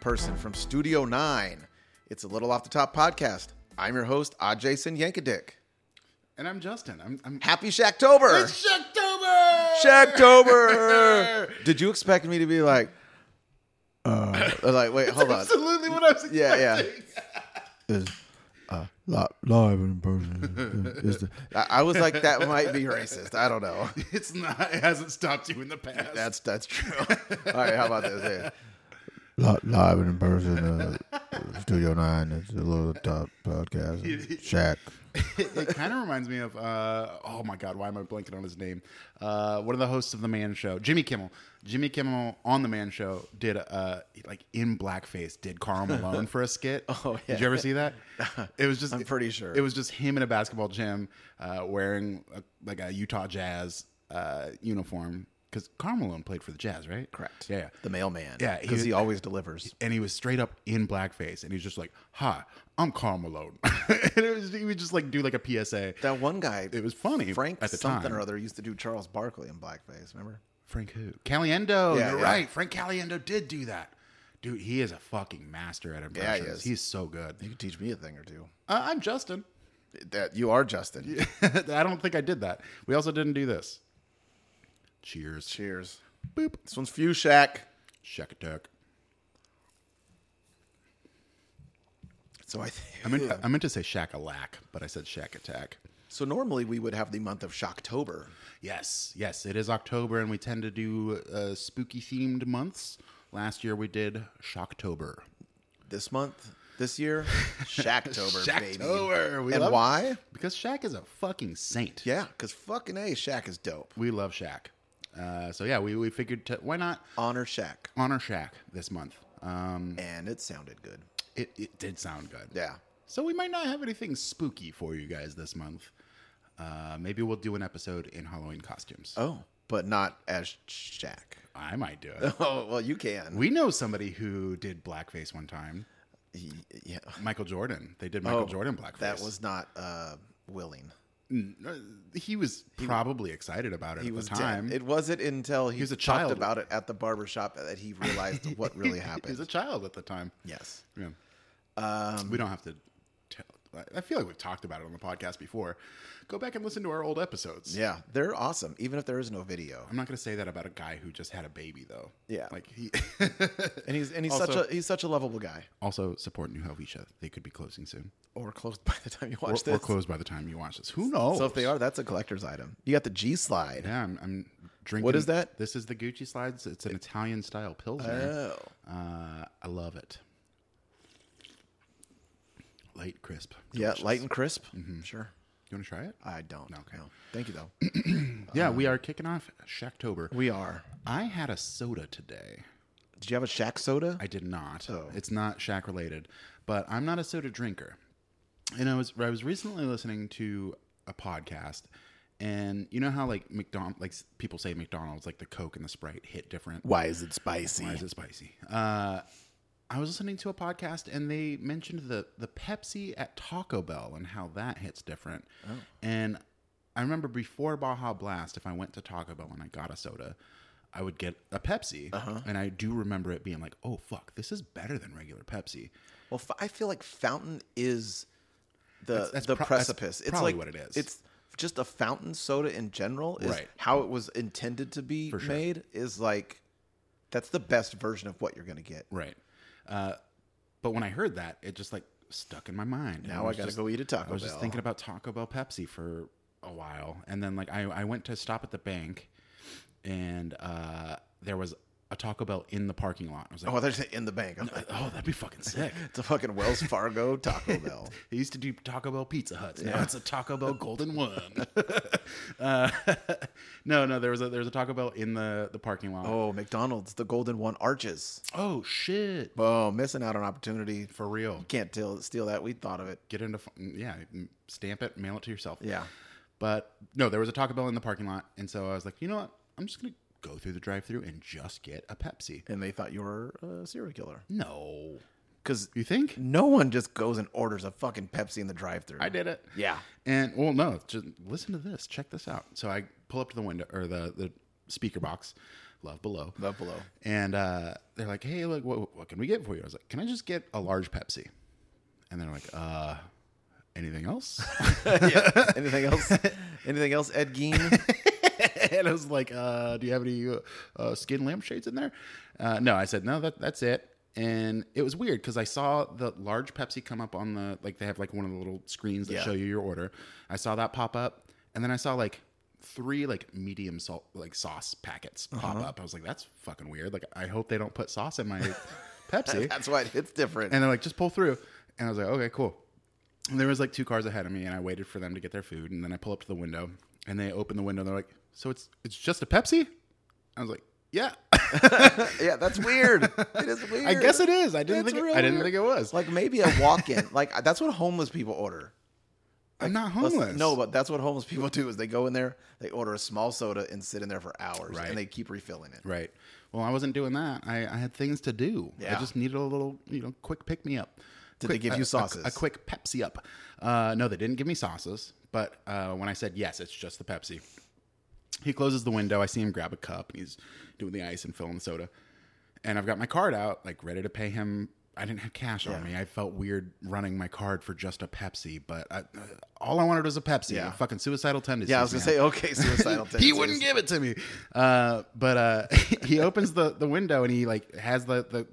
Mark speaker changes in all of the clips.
Speaker 1: person from Studio 9. It's a Little Off the Top podcast. I'm your host, Ajay Yankadick.
Speaker 2: And I'm Justin. I'm, I'm
Speaker 1: Happy Shacktober!
Speaker 2: It's Shacktober!
Speaker 1: Shacktober! Did you expect me to be like, uh, like, wait, hold on.
Speaker 2: Absolutely what I was expecting.
Speaker 1: Yeah, yeah.
Speaker 3: is uh, li- live in person. Is the,
Speaker 1: I, I was like, that might be racist. I don't know.
Speaker 2: It's not. It hasn't stopped you in the past.
Speaker 1: That's that's true. All right, how about this? Here.
Speaker 3: li- live in person. Uh, Studio Nine is a little top podcast. Shaq.
Speaker 2: it, kind of reminds me of. Uh, oh my God, why am I blanking on his name? Uh, one of the hosts of the Man Show, Jimmy Kimmel. Jimmy Kimmel on the Man Show did uh, like in blackface did Carl Malone for a skit. Oh
Speaker 1: yeah.
Speaker 2: Did you ever see that? It was just.
Speaker 1: I'm pretty sure.
Speaker 2: It was just him in a basketball gym uh, wearing a, like a Utah Jazz uh, uniform because Carl Malone played for the Jazz, right?
Speaker 1: Correct.
Speaker 2: Yeah. yeah
Speaker 1: The mailman.
Speaker 2: Yeah, he-
Speaker 1: because he, always delivers.
Speaker 2: and he was straight up in blackface, and he was just like, "Hi, I'm Carl Malone," and it was, he would just like do like a PSA.
Speaker 1: That one guy.
Speaker 2: It was funny
Speaker 1: Frank
Speaker 2: at the
Speaker 1: something
Speaker 2: time.
Speaker 1: or other used to do Charles Barkley in blackface. Remember?
Speaker 2: Frank who? Caliendo.
Speaker 1: Yeah,
Speaker 2: you're
Speaker 1: yeah.
Speaker 2: right. Frank Caliendo did do that. Dude, he is a fucking master at
Speaker 1: he
Speaker 2: impressions.
Speaker 1: is.
Speaker 2: He's so good.
Speaker 1: You could teach me a thing or two.
Speaker 2: Uh, I'm Justin.
Speaker 1: That you are Justin.
Speaker 2: I don't think I did that. We also didn't do this. Cheers.
Speaker 1: Cheers.
Speaker 2: Boop.
Speaker 1: This one's few Shack.
Speaker 2: Shack attack.
Speaker 1: So I think.
Speaker 2: I meant, I meant to say shack a lack, but I said shack attack.
Speaker 1: so normally we would have the month of Shocktober.
Speaker 2: Yes, yes, it is October, and we tend to do uh, spooky themed months. Last year we did Shocktober.
Speaker 1: This month, this year, Shacktober, baby.
Speaker 2: Shacktober, we
Speaker 1: and
Speaker 2: love-
Speaker 1: why?
Speaker 2: Because Shaq is a fucking saint.
Speaker 1: Yeah, because fucking a Shack is dope.
Speaker 2: We love Shaq. Uh, so yeah, we, we figured to, why not
Speaker 1: Honor Shack,
Speaker 2: honor Shaq this month? Um,
Speaker 1: and it sounded good.
Speaker 2: it, it did sound good.
Speaker 1: Yeah.
Speaker 2: So we might not have anything spooky for you guys this month. Uh, maybe we'll do an episode in Halloween costumes.
Speaker 1: Oh, but not as Shack.
Speaker 2: I might do it.
Speaker 1: Oh well, you can.
Speaker 2: we know somebody who did blackface one time.
Speaker 1: He, yeah,
Speaker 2: Michael Jordan. They did Michael
Speaker 1: Oh,
Speaker 2: Jordan blackface.
Speaker 1: that was not uh, willing.
Speaker 2: Mm, he was probably excited about it
Speaker 1: He
Speaker 2: at
Speaker 1: was
Speaker 2: the time.
Speaker 1: dead. It wasn't until he,
Speaker 2: was a
Speaker 1: talked
Speaker 2: child.
Speaker 1: about it at the barber shop that he realized what really
Speaker 2: he was
Speaker 1: happened.
Speaker 2: a child at the time.
Speaker 1: yes.
Speaker 2: Yeah.
Speaker 1: Um,
Speaker 2: we don't have to tell. I- I feel like we've talked about it on the podcast before. Go back and listen to our old episodes.
Speaker 1: Yeah, they're awesome. Even if there is no video,
Speaker 2: I'm not going to say that about a guy who just had a baby, though.
Speaker 1: Yeah.
Speaker 2: Like he.
Speaker 1: and he's and he's
Speaker 2: Also-
Speaker 1: such a he's such a lovable guy.
Speaker 2: also support New Helvetia. They could be closing soon.
Speaker 1: Or closed by the time you
Speaker 2: Or,
Speaker 1: watch
Speaker 2: or
Speaker 1: this.
Speaker 2: closed by the time you watch this. Who knows?
Speaker 1: So if they are, that's a collector's item. You got the G slide.
Speaker 2: Yeah, I'm, I'm drinking.
Speaker 1: is that?
Speaker 2: This is the Gucci slides. It's an Italian style pilsner. Oh. Uh, I love it. Light, crisp.
Speaker 1: Yeah,
Speaker 2: delicious.
Speaker 1: light and crisp. Sure.
Speaker 2: You want to try it?
Speaker 1: I don't.
Speaker 2: Okay.
Speaker 1: No. Thank you though.
Speaker 2: yeah, we are kicking off Shacktober.
Speaker 1: We are.
Speaker 2: I had a soda today.
Speaker 1: Did you have a Shack soda?
Speaker 2: I did not. It's not Shack related, but I'm not a soda drinker. And I was I was recently listening to a podcast, and you know how like McDonald like s- people say McDonald's like the Coke and the Sprite hit different.
Speaker 1: Why is it spicy?
Speaker 2: Why is it spicy? Uh, I was listening to a podcast and they mentioned the the Pepsi at Taco Bell and how that hits different.
Speaker 1: Oh.
Speaker 2: And I remember before Baja Blast, if I went to Taco Bell and I got a soda, I would get a Pepsi.
Speaker 1: Uh-huh.
Speaker 2: And I do remember it being like, oh fuck, this is better than regular Pepsi.
Speaker 1: Well, f- I feel like fountain is the
Speaker 2: that's
Speaker 1: Uh, the
Speaker 2: pro- that's
Speaker 1: precipice. it's
Speaker 2: probably
Speaker 1: like
Speaker 2: what it is.
Speaker 1: It's just a fountain soda in general is
Speaker 2: Right.
Speaker 1: how it was intended to be
Speaker 2: sure.
Speaker 1: made is like that's the best version of what you're going to get.
Speaker 2: Right. Uh, but when I heard that, it just like stuck in my mind.
Speaker 1: Now I
Speaker 2: was
Speaker 1: gotta
Speaker 2: just-
Speaker 1: go eat a Taco
Speaker 2: I was just
Speaker 1: Bell.
Speaker 2: thinking about Taco Bell Pepsi for a while, and then like I, I went to stop at the bank, and uh, there was a Taco Bell in the parking lot. I was like,
Speaker 1: Oh, there's in the bank. I'm like,
Speaker 2: oh, that'd be fucking sick.
Speaker 1: it's a fucking Wells Fargo Taco Bell.
Speaker 2: They used to do Taco Bell Pizza Huts. Now it's a Taco Bell Golden One. uh, no, no, there was a there was a Taco Bell in the the parking lot.
Speaker 1: Oh, McDonald's, the Golden One Arches.
Speaker 2: oh shit,
Speaker 1: Oh, missing out on opportunity.
Speaker 2: for real.
Speaker 1: Can't tell, steal that. We thought of it.
Speaker 2: get into f- yeah m- stamp it mail it to yourself
Speaker 1: Yeah.
Speaker 2: but no there was a taco bell in the parking lot and so i was like you know what i'm just gonna go through the drive-through and just get a pepsi
Speaker 1: And they thought you were a serial killer.
Speaker 2: no
Speaker 1: Because
Speaker 2: you think
Speaker 1: no one just goes and orders a fucking Pepsi in the drive thru.
Speaker 2: i did it
Speaker 1: Yeah.
Speaker 2: and well no just listen to this check this out so i pull up to the window or the the speaker box Love Below.
Speaker 1: Love Below.
Speaker 2: And uh, they're like, hey, look, what, what can we get for you? I was like, can I just get a large Pepsi? And they're like, uh, anything else?
Speaker 1: yeah. Anything else? Anything else, Ed Gein?
Speaker 2: and I was like, uh, "Do you have any uh, uh, skin lampshades in there?" Uh, no, I said, "No, that that's it." And it was weird because I saw the large Pepsi come up on the like they have like one of the little screens that
Speaker 1: Yeah.
Speaker 2: show you your order. I saw that pop up, and then I saw like three like medium salt like sauce packets pop up. I was like, "That's fucking weird." Like, I hope they don't put sauce in my Pepsi.
Speaker 1: That's why it's different.
Speaker 2: And they're like, just pull through. And I was like, okay, cool. And there was like two cars ahead of me, and I waited for them to get their food. And then I pull up to the window, and they open the window. And they're like, so it's it's just a Pepsi? I was like, yeah,
Speaker 1: yeah, that's weird. It is weird.
Speaker 2: I guess it is. I didn't
Speaker 1: That's
Speaker 2: think it,
Speaker 1: real
Speaker 2: I didn't
Speaker 1: weird.
Speaker 2: think it was. Like,
Speaker 1: Like maybe a walk-in. like that's what homeless people order.
Speaker 2: I'm not
Speaker 1: Let's-
Speaker 2: homeless.
Speaker 1: No, but that's what homeless people do is they go in there, they order a small soda and sit in there for hours,
Speaker 2: Right.
Speaker 1: and they keep refilling it.
Speaker 2: right. Well, I wasn't doing that. I, I had things to do. I
Speaker 1: Yeah.
Speaker 2: just needed a little, you know, quick pick me up. uh,
Speaker 1: Did they give you sauces?
Speaker 2: A, quick Pepsi up. Uh, no, they didn't give me sauces. But uh, when I said yes, it's just the Pepsi. He closes the window. I see him grab a cup and he's doing the ice and filling the soda. And I've got my card out, like ready to pay him. I didn't have cash on me. I felt weird running my card for just a Pepsi, but I, all I wanted was a Pepsi.
Speaker 1: Yeah.
Speaker 2: Fucking suicidal tendencies.
Speaker 1: Yeah, I was gonna
Speaker 2: man
Speaker 1: say okay, suicidal.
Speaker 2: he
Speaker 1: tendencies.
Speaker 2: wouldn't give it to me. Uh, but uh, he opens the, the window and he like has the, the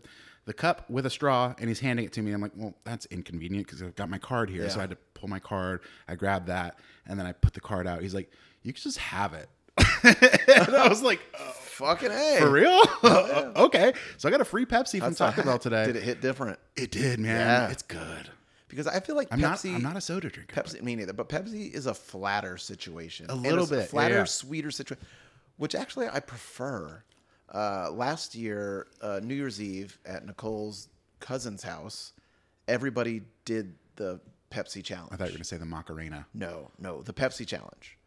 Speaker 2: the cup with a straw and he's handing it to me. I'm like, well, that's inconvenient because I've got my card here, so I had to pull my card. I grabbed that and then I put the card out. He's like, you can just have it. and I was like, "Uh,
Speaker 1: Fucking a.
Speaker 2: for real? okay. So I got a free Pepsi from Taco Bell today.
Speaker 1: Did it hit different?
Speaker 2: It did, man.
Speaker 1: Yeah.
Speaker 2: It's good.
Speaker 1: Because I feel like
Speaker 2: I'm
Speaker 1: Pepsi.
Speaker 2: not. I'm not a soda drinker.
Speaker 1: Pepsi, me neither. But Pepsi is a flatter situation, a
Speaker 2: little bit, yeah,
Speaker 1: flatter,
Speaker 2: yeah.
Speaker 1: sweeter situation, which actually I prefer. Uh, last year, uh, New Year's Eve at Nicole's cousin's house, everybody did the Pepsi challenge.
Speaker 2: I thought you were gonna say the Macarena.
Speaker 1: No, no, the Pepsi challenge,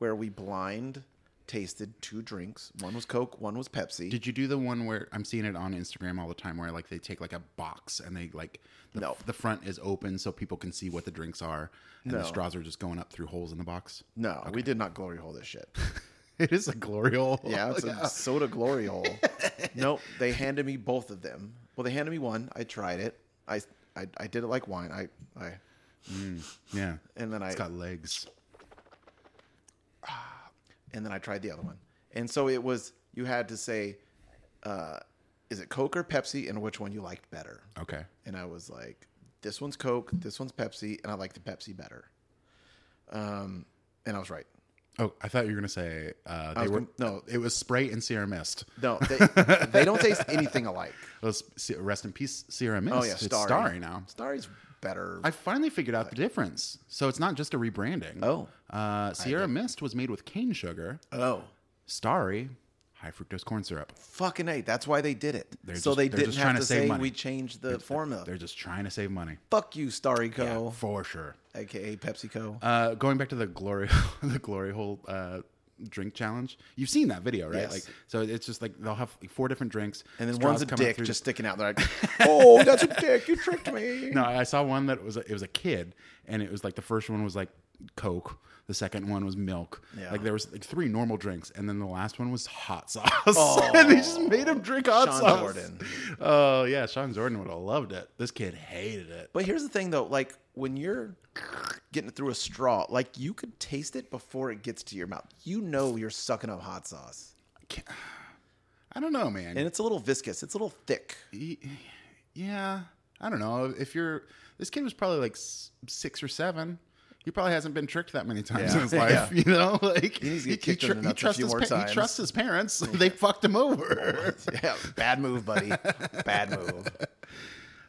Speaker 1: where we blind tasted two drinks. One was Coke, one was Pepsi.
Speaker 2: Did you do the one where I'm seeing it on Instagram all the time where like they take like a box and they like the,
Speaker 1: No.
Speaker 2: the front is open so people can see what the drinks are and the
Speaker 1: No.
Speaker 2: straws are just going up through holes in the box?
Speaker 1: no, we did not glory hole this shit.
Speaker 2: It is a glory hole.
Speaker 1: Yeah, it's
Speaker 2: Oh,
Speaker 1: a soda glory hole. nope, they handed me both of them. Well, they handed me one. I tried it. I I, I did it like wine. I I Mm.
Speaker 2: yeah.
Speaker 1: and then I
Speaker 2: It's got legs.
Speaker 1: and then I tried the other one. And so it was you had to say, uh, is it Coke or Pepsi, and which one you liked better.
Speaker 2: Okay.
Speaker 1: and I was like, "This one's Coke, this one's Pepsi, and I like the Pepsi better." Um, and I was right.
Speaker 2: Oh, I thought you were gonna say uh, they
Speaker 1: was
Speaker 2: were
Speaker 1: gonna- no.
Speaker 2: It was Spray and Sierra Mist.
Speaker 1: No, they, they don't taste anything alike.
Speaker 2: It was Se- rest in peace, Sierra Mist.
Speaker 1: Oh yeah,
Speaker 2: it's
Speaker 1: Starry.
Speaker 2: Starry now.
Speaker 1: Starry's better.
Speaker 2: I finally figured out the difference. So it's not just a rebranding.
Speaker 1: Oh.
Speaker 2: uh, Sierra Mist was made with cane sugar.
Speaker 1: oh,
Speaker 2: Starry, high fructose corn syrup.
Speaker 1: fucking a! That's why they did it.
Speaker 2: They're
Speaker 1: so
Speaker 2: just-
Speaker 1: they
Speaker 2: they're
Speaker 1: didn't
Speaker 2: just
Speaker 1: have
Speaker 2: trying
Speaker 1: to,
Speaker 2: to save
Speaker 1: say
Speaker 2: money.
Speaker 1: we changed the formula.
Speaker 2: They're just trying to save money.
Speaker 1: Fuck you, Starry Co,
Speaker 2: For sure.
Speaker 1: aka PepsiCo.
Speaker 2: Uh, going back to the glory, the glory hole uh, drink challenge. You've seen that video, right?
Speaker 1: Yes.
Speaker 2: Like, so it's just like they'll have like four different drinks,
Speaker 1: and then
Speaker 2: straws
Speaker 1: one's a
Speaker 2: come out
Speaker 1: dick
Speaker 2: through-
Speaker 1: just sticking out. They're like, "Oh, that's a dick! You tricked me."
Speaker 2: No, I saw one that was a, it was a kid, and it was like the first one was like Coke, the second one was milk.
Speaker 1: Yeah.
Speaker 2: Like there was like three normal drinks, and then the last one was hot sauce. and they just made him drink hot
Speaker 1: Oh. Sean
Speaker 2: sauce.
Speaker 1: Jordan.
Speaker 2: Oh yeah, Sean Jordan would have loved it. This kid hated it.
Speaker 1: But here's the thing, though. Like when you're getting it through a straw, like you could taste it before it gets to your mouth. You know you're sucking up hot sauce,
Speaker 2: I don't know, man.
Speaker 1: and it's a little viscous. It's a little thick.
Speaker 2: Y- yeah i don't know if you're this kid was probably like s- six or seven he probably hasn't been tricked that many times
Speaker 1: Yeah.
Speaker 2: in his
Speaker 1: Yeah.
Speaker 2: life you know like
Speaker 1: He needs to get
Speaker 2: he,
Speaker 1: kicked in the nuts a
Speaker 2: trusts
Speaker 1: few
Speaker 2: his
Speaker 1: more
Speaker 2: he
Speaker 1: times.
Speaker 2: trusts his parents they fucked him over
Speaker 1: Yeah, bad move, buddy. Bad move.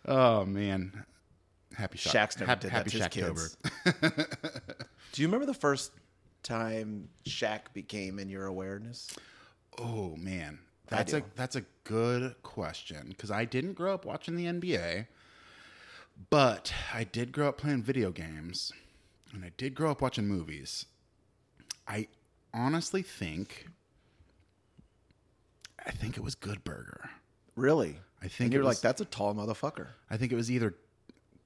Speaker 2: oh man happy shot.
Speaker 1: Shaq's never
Speaker 2: Hap-
Speaker 1: did
Speaker 2: happy
Speaker 1: that to his
Speaker 2: Shaqtober.
Speaker 1: kids. Do you remember the first time Shaq became in your awareness?
Speaker 2: oh man that's a
Speaker 1: do.
Speaker 2: that's a good question because i didn't grow up watching the nba but i did grow up playing video games and i did grow up watching movies I honestly think I think it was Good Burger.
Speaker 1: Really?
Speaker 2: I think
Speaker 1: And
Speaker 2: it
Speaker 1: you're
Speaker 2: was-
Speaker 1: like, that's a tall motherfucker.
Speaker 2: I think it was either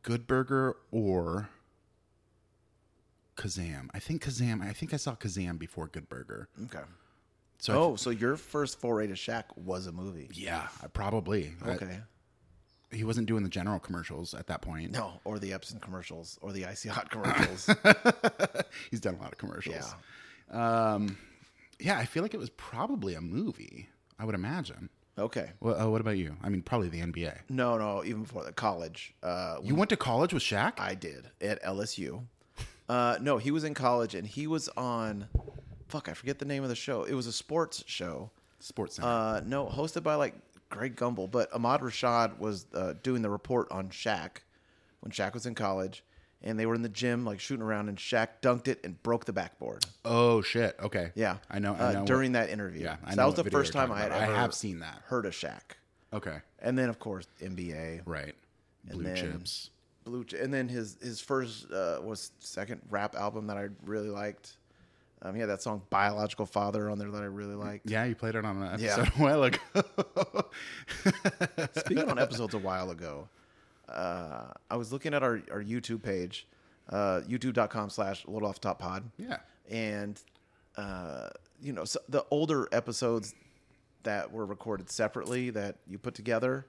Speaker 2: Good Burger or Kazam. I think Kazam. I think I saw Kazam before Good Burger.
Speaker 1: Okay.
Speaker 2: So I th-
Speaker 1: Oh, so your first foray to Shaq was a movie.
Speaker 2: yeah, I- probably. I-
Speaker 1: Okay.
Speaker 2: he wasn't doing the general commercials at that point.
Speaker 1: No, or the Epson commercials or the Icy Hot commercials.
Speaker 2: He's done a lot of commercials.
Speaker 1: yeah.
Speaker 2: Yeah. Um, yeah, I feel like it was probably a movie. I would imagine.
Speaker 1: Okay.
Speaker 2: Well, uh, what about you? I mean, probably the NBA.
Speaker 1: No, no, even before the college. Uh,
Speaker 2: You went to college with Shaq?
Speaker 1: I did at LSU. Uh, no, he was in college and he was on. Fuck, I forget the name of the show. It was a sports show.
Speaker 2: Sports Center.
Speaker 1: Uh, no, hosted by like Greg Gumbel, but Ahmad Rashad was uh, doing the report on Shaq when Shaq was in college, and they were in the gym like shooting around, and Shaq dunked it and broke the backboard.
Speaker 2: oh shit. Okay.
Speaker 1: Yeah,
Speaker 2: I know. I
Speaker 1: Uh,
Speaker 2: know what-
Speaker 1: during that interview,
Speaker 2: Yeah, I
Speaker 1: so
Speaker 2: know
Speaker 1: that was
Speaker 2: what
Speaker 1: the
Speaker 2: video
Speaker 1: first
Speaker 2: you're
Speaker 1: time
Speaker 2: talking
Speaker 1: I had
Speaker 2: about. I
Speaker 1: ever
Speaker 2: have seen that.
Speaker 1: heard of Shaq,
Speaker 2: Okay.
Speaker 1: and then of course NBA,
Speaker 2: Right. Blue
Speaker 1: then-
Speaker 2: chips.
Speaker 1: Blue, Ch- and then his his first uh, was second rap album that I really liked. Um, he had that song "Biological Father" on there that I really liked.
Speaker 2: Yeah, you played it on an
Speaker 1: Yeah.
Speaker 2: episode a while ago.
Speaker 1: Speaking on episodes a while ago, uh, I was looking at our, our YouTube page, uh, youtube.com slash a little off top pod.
Speaker 2: yeah.
Speaker 1: And, uh, you know, so the older episodes that were recorded separately that you put together,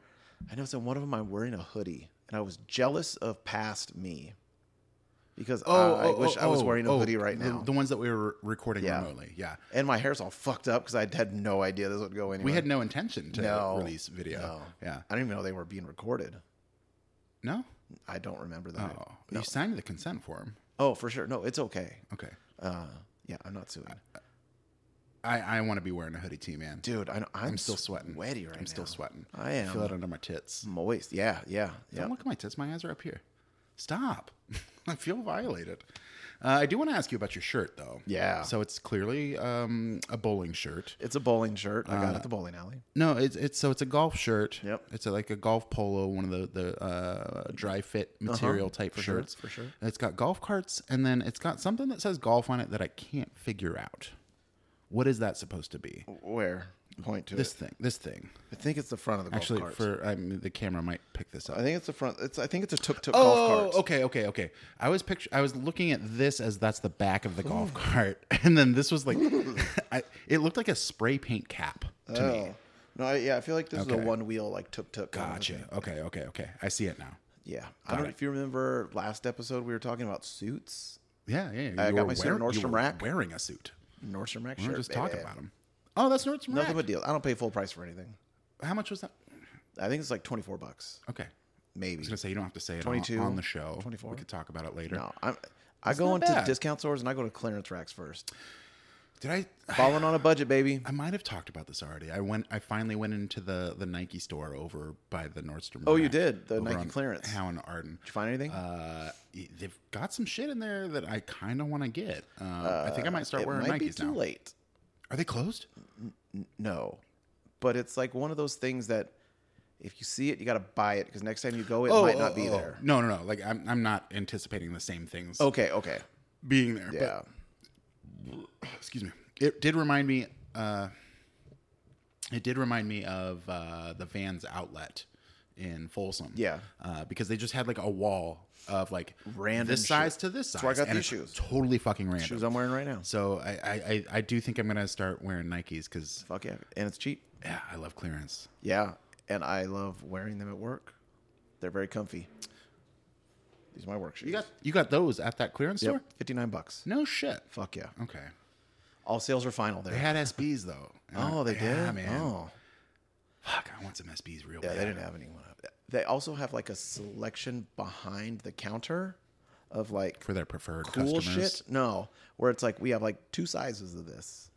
Speaker 1: I noticed in one of them I'm wearing a hoodie and I was jealous of past me because I, I wish I was
Speaker 2: oh,
Speaker 1: wearing a
Speaker 2: oh,
Speaker 1: hoodie right
Speaker 2: the-
Speaker 1: now.
Speaker 2: The, ones that we were recording
Speaker 1: Yeah.
Speaker 2: remotely. Yeah.
Speaker 1: and my hair's all fucked up because I had no idea this would go anywhere.
Speaker 2: We had no intention to
Speaker 1: No.
Speaker 2: release video.
Speaker 1: No.
Speaker 2: Yeah.
Speaker 1: I don't even know they were being recorded.
Speaker 2: No?
Speaker 1: I don't remember that.
Speaker 2: Oh. You signed the consent form.
Speaker 1: Oh, for sure. No, it's okay.
Speaker 2: Okay.
Speaker 1: Uh, yeah, I'm not suing,
Speaker 2: I, I want to be wearing a hoodie too, man.
Speaker 1: dude. I, know- I'm,
Speaker 2: I'm still sweating.
Speaker 1: Sweaty right
Speaker 2: I'm still
Speaker 1: now. Oh, Mm,
Speaker 2: sweating.
Speaker 1: I
Speaker 2: I feel
Speaker 1: am.
Speaker 2: it under my tits.
Speaker 1: Moist. Yeah, yeah, yeah.
Speaker 2: Don't look at my tits. My eyes are up here. Stop. I feel violated. Uh, I do want to ask you about your shirt, though.
Speaker 1: Yeah.
Speaker 2: So it's clearly um, a bowling shirt.
Speaker 1: It's a bowling shirt. I
Speaker 2: Uh,
Speaker 1: got it at the bowling alley.
Speaker 2: No, it's it's so it's a golf shirt.
Speaker 1: Yep.
Speaker 2: It's a, like a golf polo, one of the the uh, dry fit material type
Speaker 1: Uh-huh. For sure,
Speaker 2: shirts.
Speaker 1: for sure.
Speaker 2: And it's got golf carts, and then it's got something that says golf on it that I can't figure out. What is that supposed to be?
Speaker 1: Where? Point to Oh,
Speaker 2: This
Speaker 1: it.
Speaker 2: thing. This thing.
Speaker 1: I think it's the front of the golf
Speaker 2: Actually,
Speaker 1: cart.
Speaker 2: for I mean, the camera might pick this up.
Speaker 1: I think it's the front. It's. I think it's a tuk tuk
Speaker 2: Oh,
Speaker 1: golf cart.
Speaker 2: okay, okay, okay. I was picture. I was looking at this as that's the back of the golf cart, and then this was like, I, it looked like a spray paint cap to me.
Speaker 1: Oh. No, I, yeah, I feel like this is
Speaker 2: Okay.
Speaker 1: a one wheel like tuk tuk.
Speaker 2: Gotcha. Okay, okay, okay. I see it now.
Speaker 1: Yeah. I don't know if you remember last episode we were talking about suits.
Speaker 2: Yeah, yeah.
Speaker 1: I got
Speaker 2: you were
Speaker 1: my suit at
Speaker 2: wearing- you
Speaker 1: Nordstrom
Speaker 2: were
Speaker 1: Rack.
Speaker 2: Wearing a suit.
Speaker 1: Nordstrom Rack
Speaker 2: We
Speaker 1: shirt.
Speaker 2: were just
Speaker 1: baby.
Speaker 2: talking about him. Oh, that's Nordstrom
Speaker 1: Nothing
Speaker 2: Rack.
Speaker 1: but deals. I don't pay full price for anything.
Speaker 2: How much was that?
Speaker 1: I think it's like twenty four bucks,
Speaker 2: Okay.
Speaker 1: maybe.
Speaker 2: I was gonna say you don't have to say it on,
Speaker 1: 22,
Speaker 2: on the show.
Speaker 1: 24.
Speaker 2: We could talk about it later.
Speaker 1: No, I'm, I go
Speaker 2: not
Speaker 1: into
Speaker 2: bad.
Speaker 1: discount stores and I go to clearance racks first.
Speaker 2: Did I?
Speaker 1: Falling on a budget, baby.
Speaker 2: I might have talked about this already. I went. I finally went into the the Nike store over by the Nordstrom.
Speaker 1: Oh, you
Speaker 2: Rack,
Speaker 1: did, the
Speaker 2: over
Speaker 1: Nike
Speaker 2: on
Speaker 1: clearance.
Speaker 2: How and Arden.
Speaker 1: Did you find anything?
Speaker 2: Uh, y- they've got some shit in there that I kind of want to get. Um, I think I might start
Speaker 1: Uh, it
Speaker 2: wearing
Speaker 1: might be
Speaker 2: Nikes
Speaker 1: too
Speaker 2: now.
Speaker 1: late.
Speaker 2: Are they closed?
Speaker 1: No, but it's like one of those things that if you see it, you got to buy it because next time you go, it might not be
Speaker 2: oh.
Speaker 1: there.
Speaker 2: No, no, no. Like I'm, I'm not anticipating the same things
Speaker 1: Okay, okay,
Speaker 2: being there.
Speaker 1: yeah.
Speaker 2: But, excuse me. It did remind me. Uh, it did remind me of uh, the Vans outlet in Folsom.
Speaker 1: Yeah.
Speaker 2: Uh, because they just had like a wall of like
Speaker 1: Random
Speaker 2: this
Speaker 1: shit.
Speaker 2: size to this size.
Speaker 1: where I got
Speaker 2: and
Speaker 1: these
Speaker 2: it's
Speaker 1: shoes.
Speaker 2: Totally fucking random.
Speaker 1: Shoes I'm wearing right now.
Speaker 2: So I, I, I, I do think I'm gonna start wearing Nikes because
Speaker 1: Fuck yeah, and it's cheap.
Speaker 2: yeah, I love clearance.
Speaker 1: Yeah, and I love wearing them at work. They're very comfy. These are my work shoes.
Speaker 2: You got you got those at that clearance store?
Speaker 1: fifty nine bucks.
Speaker 2: No shit.
Speaker 1: Fuck yeah.
Speaker 2: Okay.
Speaker 1: All sales are final
Speaker 2: They
Speaker 1: there.
Speaker 2: had SBs though. And I-
Speaker 1: Oh, they
Speaker 2: yeah,
Speaker 1: did.
Speaker 2: man.
Speaker 1: Oh.
Speaker 2: Fuck, I want some SBs real
Speaker 1: Yeah,
Speaker 2: bad.
Speaker 1: they didn't have anyone. They also have like a selection behind the counter of like
Speaker 2: for their preferred
Speaker 1: cool
Speaker 2: customers.
Speaker 1: shit. No, where it's like we have like two sizes of this.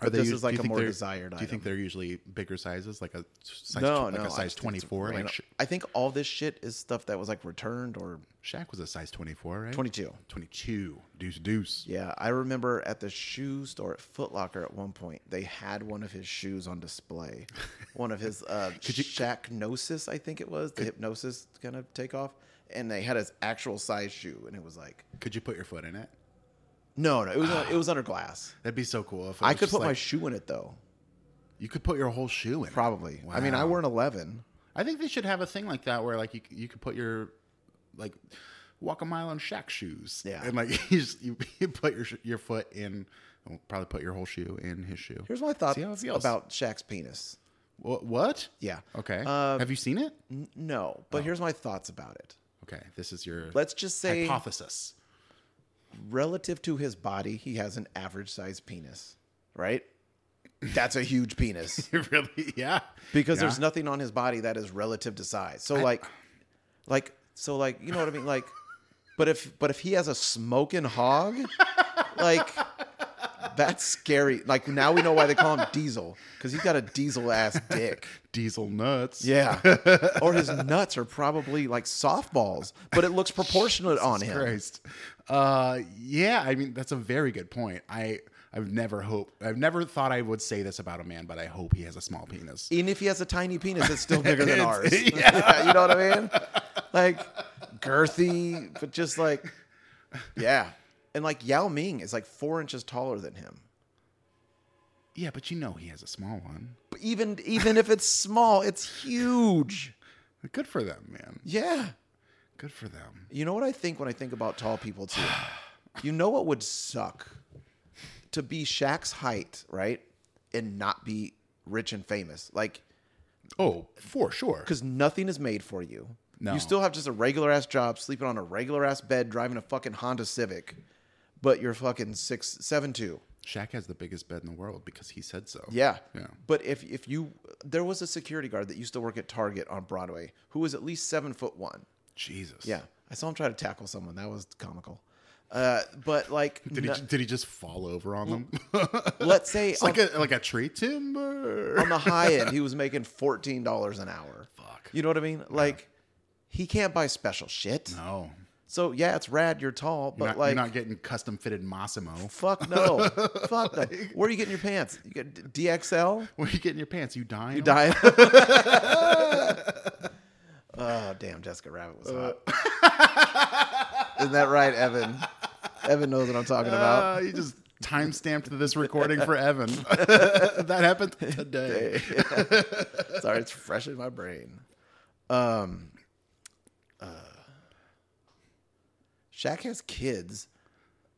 Speaker 1: But this
Speaker 2: u-
Speaker 1: is
Speaker 2: do
Speaker 1: like
Speaker 2: you
Speaker 1: a
Speaker 2: think
Speaker 1: more
Speaker 2: they're-
Speaker 1: desired
Speaker 2: Do you
Speaker 1: item.
Speaker 2: think they're usually bigger sizes, like a size,
Speaker 1: no,
Speaker 2: tw-
Speaker 1: no, I
Speaker 2: like a
Speaker 1: think
Speaker 2: size
Speaker 1: it's
Speaker 2: twenty four? Like
Speaker 1: random.
Speaker 2: Sh-
Speaker 1: I think all this shit is stuff that was like returned or
Speaker 2: Shaq was a size twenty four, right?
Speaker 1: 22.
Speaker 2: Twenty two. Deuce deuce.
Speaker 1: Yeah, I remember at the shoe store at Foot Locker at one point they had one of his shoes on display, one of his uh, Shaq Gnosis, I think it was the hypnosis kind of takeoff, and they had his actual size shoe, and it was like
Speaker 2: Could you put your foot in it?
Speaker 1: no, no, it was uh, it was under glass.
Speaker 2: That'd be so cool. If it
Speaker 1: I
Speaker 2: was
Speaker 1: could
Speaker 2: just
Speaker 1: put my
Speaker 2: like-
Speaker 1: shoe in it though,
Speaker 2: you could put your whole shoe in. it.
Speaker 1: probably. I mean, I
Speaker 2: Wow.
Speaker 1: were an eleven.
Speaker 2: I think they should have a thing like that where like you you could put your like walk a mile in Shaq shoes.
Speaker 1: Yeah.
Speaker 2: and like you just, you, you put your sh- your foot in I'll probably put your whole shoe in his shoe.
Speaker 1: Here's my thoughts
Speaker 2: See how it feels.
Speaker 1: about Shaq's penis.
Speaker 2: Wha- what?
Speaker 1: Yeah.
Speaker 2: Okay. Oh.
Speaker 1: Uh,
Speaker 2: Have you seen it?
Speaker 1: N- no, but here's my thoughts about it.
Speaker 2: Okay. This is your
Speaker 1: Let's just say,
Speaker 2: hypothesis.
Speaker 1: relative to his body, he has an average sized penis, right? That's a huge penis
Speaker 2: really? Yeah.
Speaker 1: because
Speaker 2: Yeah.
Speaker 1: there's nothing on his body that is relative to size. So like, like, so like, you know what I mean? Like, but if but if he has a smoking hog, like. That's scary. Like now we know why they call him Diesel because he's got a diesel ass dick.
Speaker 2: Diesel nuts.
Speaker 1: Yeah. or his nuts are probably like softballs, but it looks proportionate on him.
Speaker 2: Christ. Uh, yeah. I mean, that's a very good point. I I've never hoped. I've never thought I would say this about a man, but I hope he has a small penis.
Speaker 1: Even if he has a tiny penis, it's still bigger than
Speaker 2: It's-
Speaker 1: ours.
Speaker 2: yeah.
Speaker 1: you know what I mean? Like girthy, but just like, yeah. And like Yao Ming is like four inches taller than him.
Speaker 2: Yeah, but you know he has a small one.
Speaker 1: But even even if it's small, it's huge.
Speaker 2: Good for them, man.
Speaker 1: Yeah.
Speaker 2: Good for them.
Speaker 1: You know what I think when I think about tall people too? You know what would suck? To be Shaq's height, right? And not be rich and famous. Like,
Speaker 2: Oh, for sure.
Speaker 1: because nothing is made for you.
Speaker 2: No.
Speaker 1: You still have just a regular ass job, sleeping on a regular ass bed, driving a fucking Honda Civic, but you're fucking six seven two.
Speaker 2: Shaq has the biggest bed in the world because he said so.
Speaker 1: Yeah.
Speaker 2: Yeah.
Speaker 1: But if if you there was a security guard that used to work at Target on Broadway who was at least seven foot one.
Speaker 2: Jesus.
Speaker 1: Yeah. I saw him try to tackle someone. That was comical. Uh, but like
Speaker 2: Did,
Speaker 1: no-
Speaker 2: he, did he just fall over on them?
Speaker 1: let's say
Speaker 2: it's
Speaker 1: on,
Speaker 2: like a like a tree timber.
Speaker 1: on the high end he was making fourteen dollars an hour.
Speaker 2: Fuck.
Speaker 1: You know what I mean? Like he can't buy special shit.
Speaker 2: No.
Speaker 1: So yeah, it's rad. You're tall, but
Speaker 2: You're not,
Speaker 1: like
Speaker 2: you're not getting custom fitted Massimo.
Speaker 1: Fuck no. Fuck no. Where are you getting your pants? You get D- DXL?
Speaker 2: Where are you getting your pants? You dying? You
Speaker 1: Diet. oh, damn. Jessica Rabbit was hot. Isn't that right, Evan? Evan knows what I'm talking about.
Speaker 2: Uh, you just time stamped this recording for Evan. that happened today.
Speaker 1: Sorry, it's fresh in my brain. Um, uh, Shaq has kids.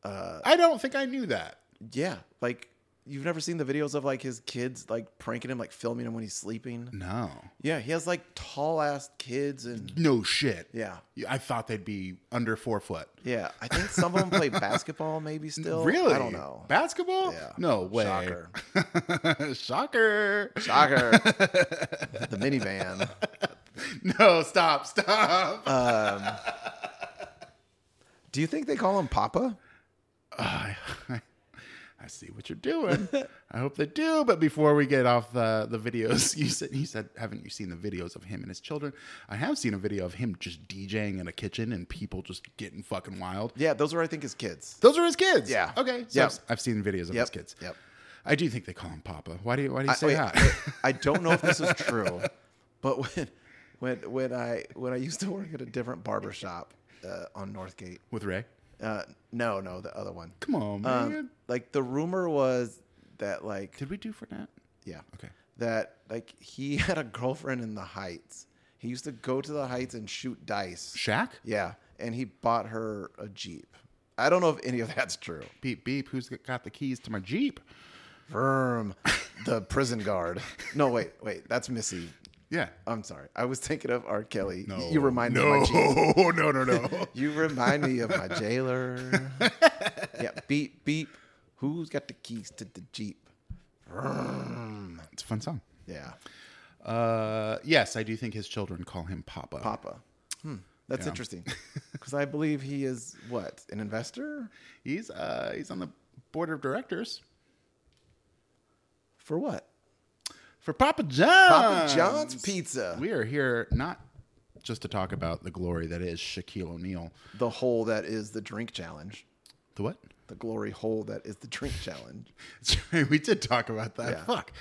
Speaker 2: I don't think I knew that.
Speaker 1: Yeah. Like, you've never seen the videos of like his kids like pranking him, like filming him when he's sleeping.
Speaker 2: No.
Speaker 1: Yeah. He has like tall ass kids and
Speaker 2: No shit.
Speaker 1: yeah.
Speaker 2: I thought they'd be under four foot.
Speaker 1: Yeah, I think some of them play basketball, maybe still.
Speaker 2: Really?
Speaker 1: I don't know.
Speaker 2: Basketball?
Speaker 1: Yeah.
Speaker 2: No way.
Speaker 1: Shocker.
Speaker 2: Shocker.
Speaker 1: Shocker. the minivan.
Speaker 2: No, stop, stop.
Speaker 1: Do you think they call him Papa?
Speaker 2: I, I, I see what you're doing. I hope they do. But before we get off the, the videos, you said you said haven't you seen the videos of him and his children? I have seen a video of him just DJing in a kitchen and people just getting fucking wild.
Speaker 1: Yeah, those were I think his kids.
Speaker 2: Those are his kids.
Speaker 1: Yeah.
Speaker 2: Okay. So
Speaker 1: Yep.
Speaker 2: I've, I've seen videos of his
Speaker 1: Yep.
Speaker 2: kids.
Speaker 1: Yep.
Speaker 2: I do think they call him Papa. Why do you Why do you
Speaker 1: I, oh,
Speaker 2: say
Speaker 1: wait,
Speaker 2: that?
Speaker 1: wait, I don't know if this is true, but when when when I when I used to work at a different barber shop uh, on Northgate.
Speaker 2: With Ray?
Speaker 1: Uh, no, no, the other one.
Speaker 2: Come on, man.
Speaker 1: Um, like the rumor was that like
Speaker 2: Did we do for that?
Speaker 1: yeah
Speaker 2: Okay.
Speaker 1: that like he had a girlfriend in the Heights. He used to go to the Heights and shoot dice.
Speaker 2: Shaq?
Speaker 1: Yeah, and he bought her a Jeep. I don't know if any of that's true.
Speaker 2: Beep beep. Who's got the keys to my Jeep?
Speaker 1: Verm, the prison guard. No, wait, wait, that's Missy.
Speaker 2: Yeah.
Speaker 1: I'm sorry. I was thinking of R. Kelly.
Speaker 2: No.
Speaker 1: You remind
Speaker 2: no.
Speaker 1: me of my Jeep.
Speaker 2: no, no, no.
Speaker 1: You remind me of my jailer. yeah, beep, beep. Who's got the keys to the Jeep?
Speaker 2: it's a fun song.
Speaker 1: Yeah,
Speaker 2: Uh, yes, I do think his children call him Papa.
Speaker 1: Papa. Hmm, that's interesting. Because I believe he is what? An investor?
Speaker 2: He's uh, he's on the board of directors
Speaker 1: For what?
Speaker 2: for Papa John.
Speaker 1: Papa John's Pizza.
Speaker 2: We are here not just to talk about the glory that is Shaquille O'Neal.
Speaker 1: The hole that is the drink challenge.
Speaker 2: The what?
Speaker 1: the glory hole that is the drink challenge.
Speaker 2: we did talk about that.
Speaker 1: Yeah.
Speaker 2: Fuck.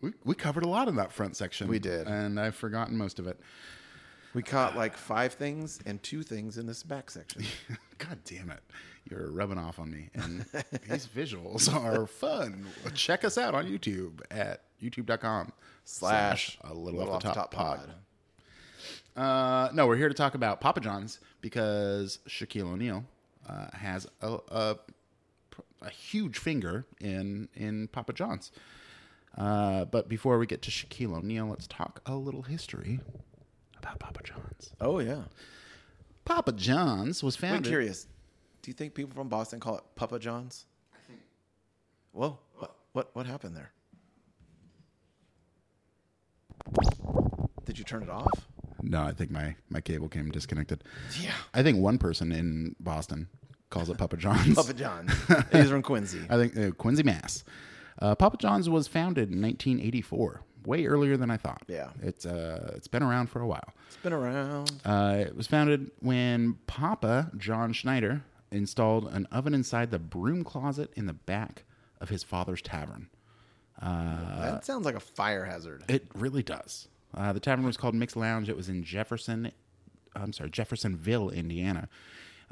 Speaker 2: We, we covered a lot in that front section.
Speaker 1: We did.
Speaker 2: And I've forgotten most of it.
Speaker 1: We caught like five things and two things in this back section.
Speaker 2: God damn it. You're rubbing off on me. And these visuals are fun. Check us out on YouTube at youtube.com
Speaker 1: Slash
Speaker 2: a little, off, the top, pod. Uh, no, we're here to talk about Papa John's because Shaquille O'Neal uh, has a, a pr- a huge finger in in Papa John's. Uh, but before we get to Shaquille O'Neal, let's talk a little history about Papa John's.
Speaker 1: Oh yeah.
Speaker 2: Papa John's was
Speaker 1: I'm
Speaker 2: founded.
Speaker 1: curious. Do you think people from Boston call it Papa John's? Whoa. What what what happened there? Did you turn it off?
Speaker 2: No, I think my my cable came disconnected.
Speaker 1: Yeah.
Speaker 2: I think one person in Boston calls it Papa John's.
Speaker 1: Papa John's. He's from Quincy.
Speaker 2: I think uh, Quincy, Mass. Uh, Papa John's was founded in 1984, way earlier than I thought.
Speaker 1: Yeah.
Speaker 2: it's uh, it's been around for a while.
Speaker 1: It's been around.
Speaker 2: Uh, it was founded when Papa John Schneider installed an oven inside the broom closet in the back of his father's tavern. uh,
Speaker 1: that sounds like a fire hazard.
Speaker 2: It really does. Uh, the tavern was called Mixed Lounge. It was in Jefferson, I'm sorry, Jeffersonville, Indiana.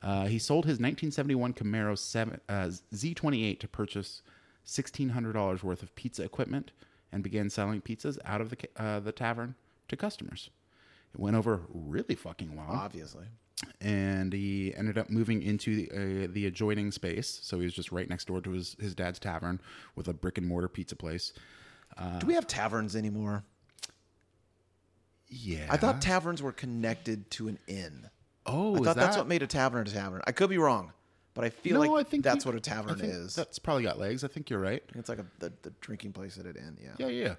Speaker 2: Uh, he sold his 1971 Camaro 7, uh, Z28 to purchase $1,600 worth of pizza equipment and began selling pizzas out of the, ca- uh, the tavern to customers. It went over really fucking well
Speaker 1: Obviously.
Speaker 2: and he ended up moving into the, uh, the adjoining space. So he was just right next door to his, his dad's tavern with a brick and mortar pizza place. Uh,
Speaker 1: Do we have taverns anymore?
Speaker 2: Yeah,
Speaker 1: I thought taverns were connected to an inn.
Speaker 2: Oh,
Speaker 1: I
Speaker 2: is
Speaker 1: thought that's
Speaker 2: that-
Speaker 1: what made a tavern a tavern. I could be wrong, but I feel
Speaker 2: No,
Speaker 1: like
Speaker 2: I think
Speaker 1: that's
Speaker 2: you-
Speaker 1: what a tavern
Speaker 2: I think
Speaker 1: is.
Speaker 2: That's probably got legs. I think you're right.
Speaker 1: it's like a, the, the drinking place at an inn. Yeah.
Speaker 2: Yeah, yeah.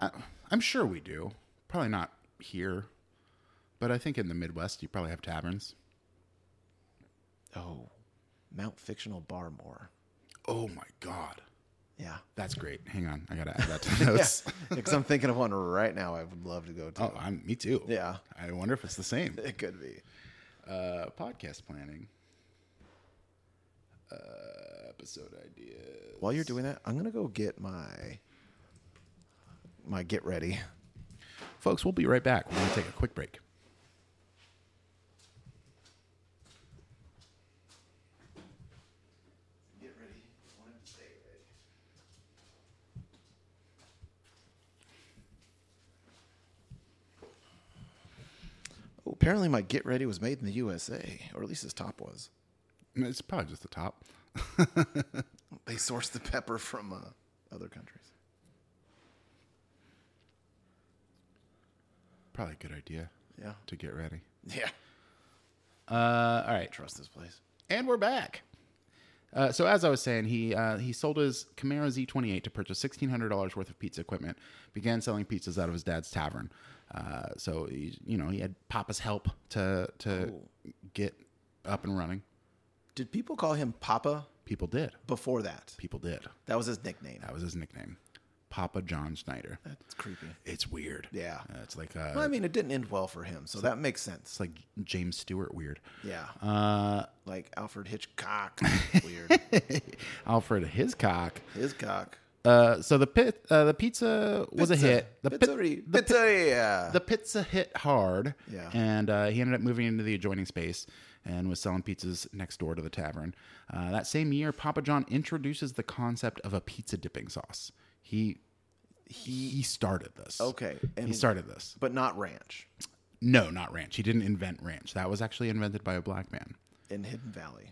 Speaker 2: I, I'm sure we do. Probably not here, but I think in the Midwest you probably have taverns.
Speaker 1: Oh, Mount Fictional Barmore.
Speaker 2: Oh my god,
Speaker 1: Yeah.
Speaker 2: that's great. Hang on, I gotta add that to the notes.
Speaker 1: Because I'm thinking of one right now I would love to go to.
Speaker 2: Oh, I'm, me too.
Speaker 1: Yeah.
Speaker 2: I wonder if it's the same.
Speaker 1: It could be.
Speaker 2: Uh, podcast planning. Uh, episode ideas.
Speaker 1: While you're doing that, I'm going to go get my my get ready.
Speaker 2: Folks, we'll be right back. We're going to take a quick break.
Speaker 1: Oh, apparently my get ready was made in the USA, or at least his top was.
Speaker 2: It's probably just the top.
Speaker 1: They sourced the pepper from uh, other countries.
Speaker 2: Probably a good idea
Speaker 1: Yeah.
Speaker 2: to get ready.
Speaker 1: Yeah.
Speaker 2: Uh, all right.
Speaker 1: Trust this place.
Speaker 2: And we're back. Uh, so as I was saying, he uh, he sold his Camaro Z28 to purchase sixteen hundred dollars worth of pizza equipment. Began selling pizzas out of his dad's tavern. Uh, so he, you know he had Papa's help to to get up and running.
Speaker 1: Did people call him Papa
Speaker 2: People did.
Speaker 1: before that?
Speaker 2: People did.
Speaker 1: That was his nickname.
Speaker 2: That was his nickname, Papa John Schneider.
Speaker 1: It's creepy.
Speaker 2: It's weird.
Speaker 1: Yeah.
Speaker 2: Uh, it's like uh,
Speaker 1: Well, I mean, it didn't end well for him, so that makes
Speaker 2: it's
Speaker 1: sense.
Speaker 2: like James Stewart weird.
Speaker 1: Yeah.
Speaker 2: Uh,
Speaker 1: Like Alfred Hitchcock. Weird.
Speaker 2: Alfred Hiscock.
Speaker 1: His cock.
Speaker 2: Uh, so the pit uh, the pizza was a hit. The pit-
Speaker 1: Pizzeria. Pizzeria.
Speaker 2: the pizza hit hard.
Speaker 1: Yeah.
Speaker 2: And uh, he ended up moving into the adjoining space and was selling pizzas next door to the tavern. Uh, that same year, Papa John introduces the concept of a pizza dipping sauce. He he, started this.
Speaker 1: Okay,
Speaker 2: he
Speaker 1: and-
Speaker 2: started this.
Speaker 1: but not ranch
Speaker 2: No, not ranch. He didn't invent ranch. That was actually invented by a black man.
Speaker 1: in Hidden Valley.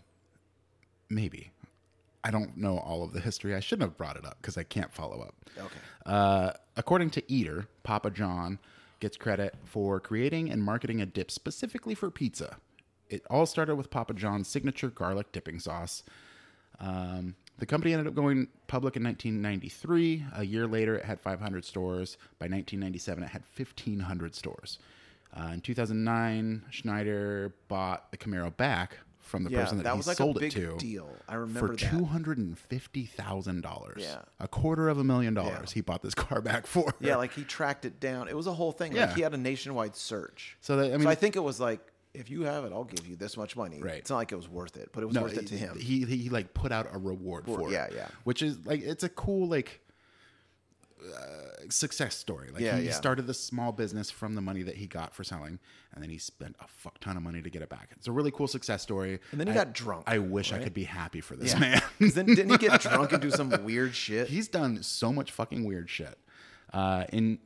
Speaker 2: Maybe. I don't know all of the history. I shouldn't have brought it up because I can't follow up.
Speaker 1: Okay.
Speaker 2: Uh, according to Eater, Papa John gets credit for creating and marketing a dip specifically for pizza. It all started with Papa John's signature garlic dipping sauce. Um, the company ended up going public in 1993. A year later, it had 500 stores. By 1997, it had 1,500 stores. Uh, in 2009, Schneider bought the Camaro back from the
Speaker 1: Yeah,
Speaker 2: person that,
Speaker 1: that
Speaker 2: he
Speaker 1: was like a
Speaker 2: sold
Speaker 1: big
Speaker 2: it to
Speaker 1: deal. I
Speaker 2: for
Speaker 1: remember that.
Speaker 2: two hundred and fifty thousand dollars.
Speaker 1: Yeah.
Speaker 2: a quarter of a million dollars. He bought this car back for.
Speaker 1: Yeah, like he tracked it down. It was a whole thing. Like
Speaker 2: Yeah.
Speaker 1: he had a nationwide search.
Speaker 2: So that- I
Speaker 1: I
Speaker 2: mean-
Speaker 1: think it was like, if you have it, I'll give you this much money.
Speaker 2: Right.
Speaker 1: It's not like it was worth it, but it was worth it to him.
Speaker 2: He, he he like put out a reward for
Speaker 1: yeah,
Speaker 2: it.
Speaker 1: yeah.
Speaker 2: Which is like it's a cool like uh, success story. Like
Speaker 1: Yeah,
Speaker 2: he
Speaker 1: yeah.
Speaker 2: started this small business from the money that he got for selling, and then he spent a fuck ton of money to get it back. It's a really cool success story.
Speaker 1: And then he
Speaker 2: I-
Speaker 1: got drunk,
Speaker 2: I wish I could be happy for this
Speaker 1: Yeah.
Speaker 2: man.
Speaker 1: 'Cause then didn't he get drunk and do some weird shit?
Speaker 2: He's done so much fucking weird shit. Uh, in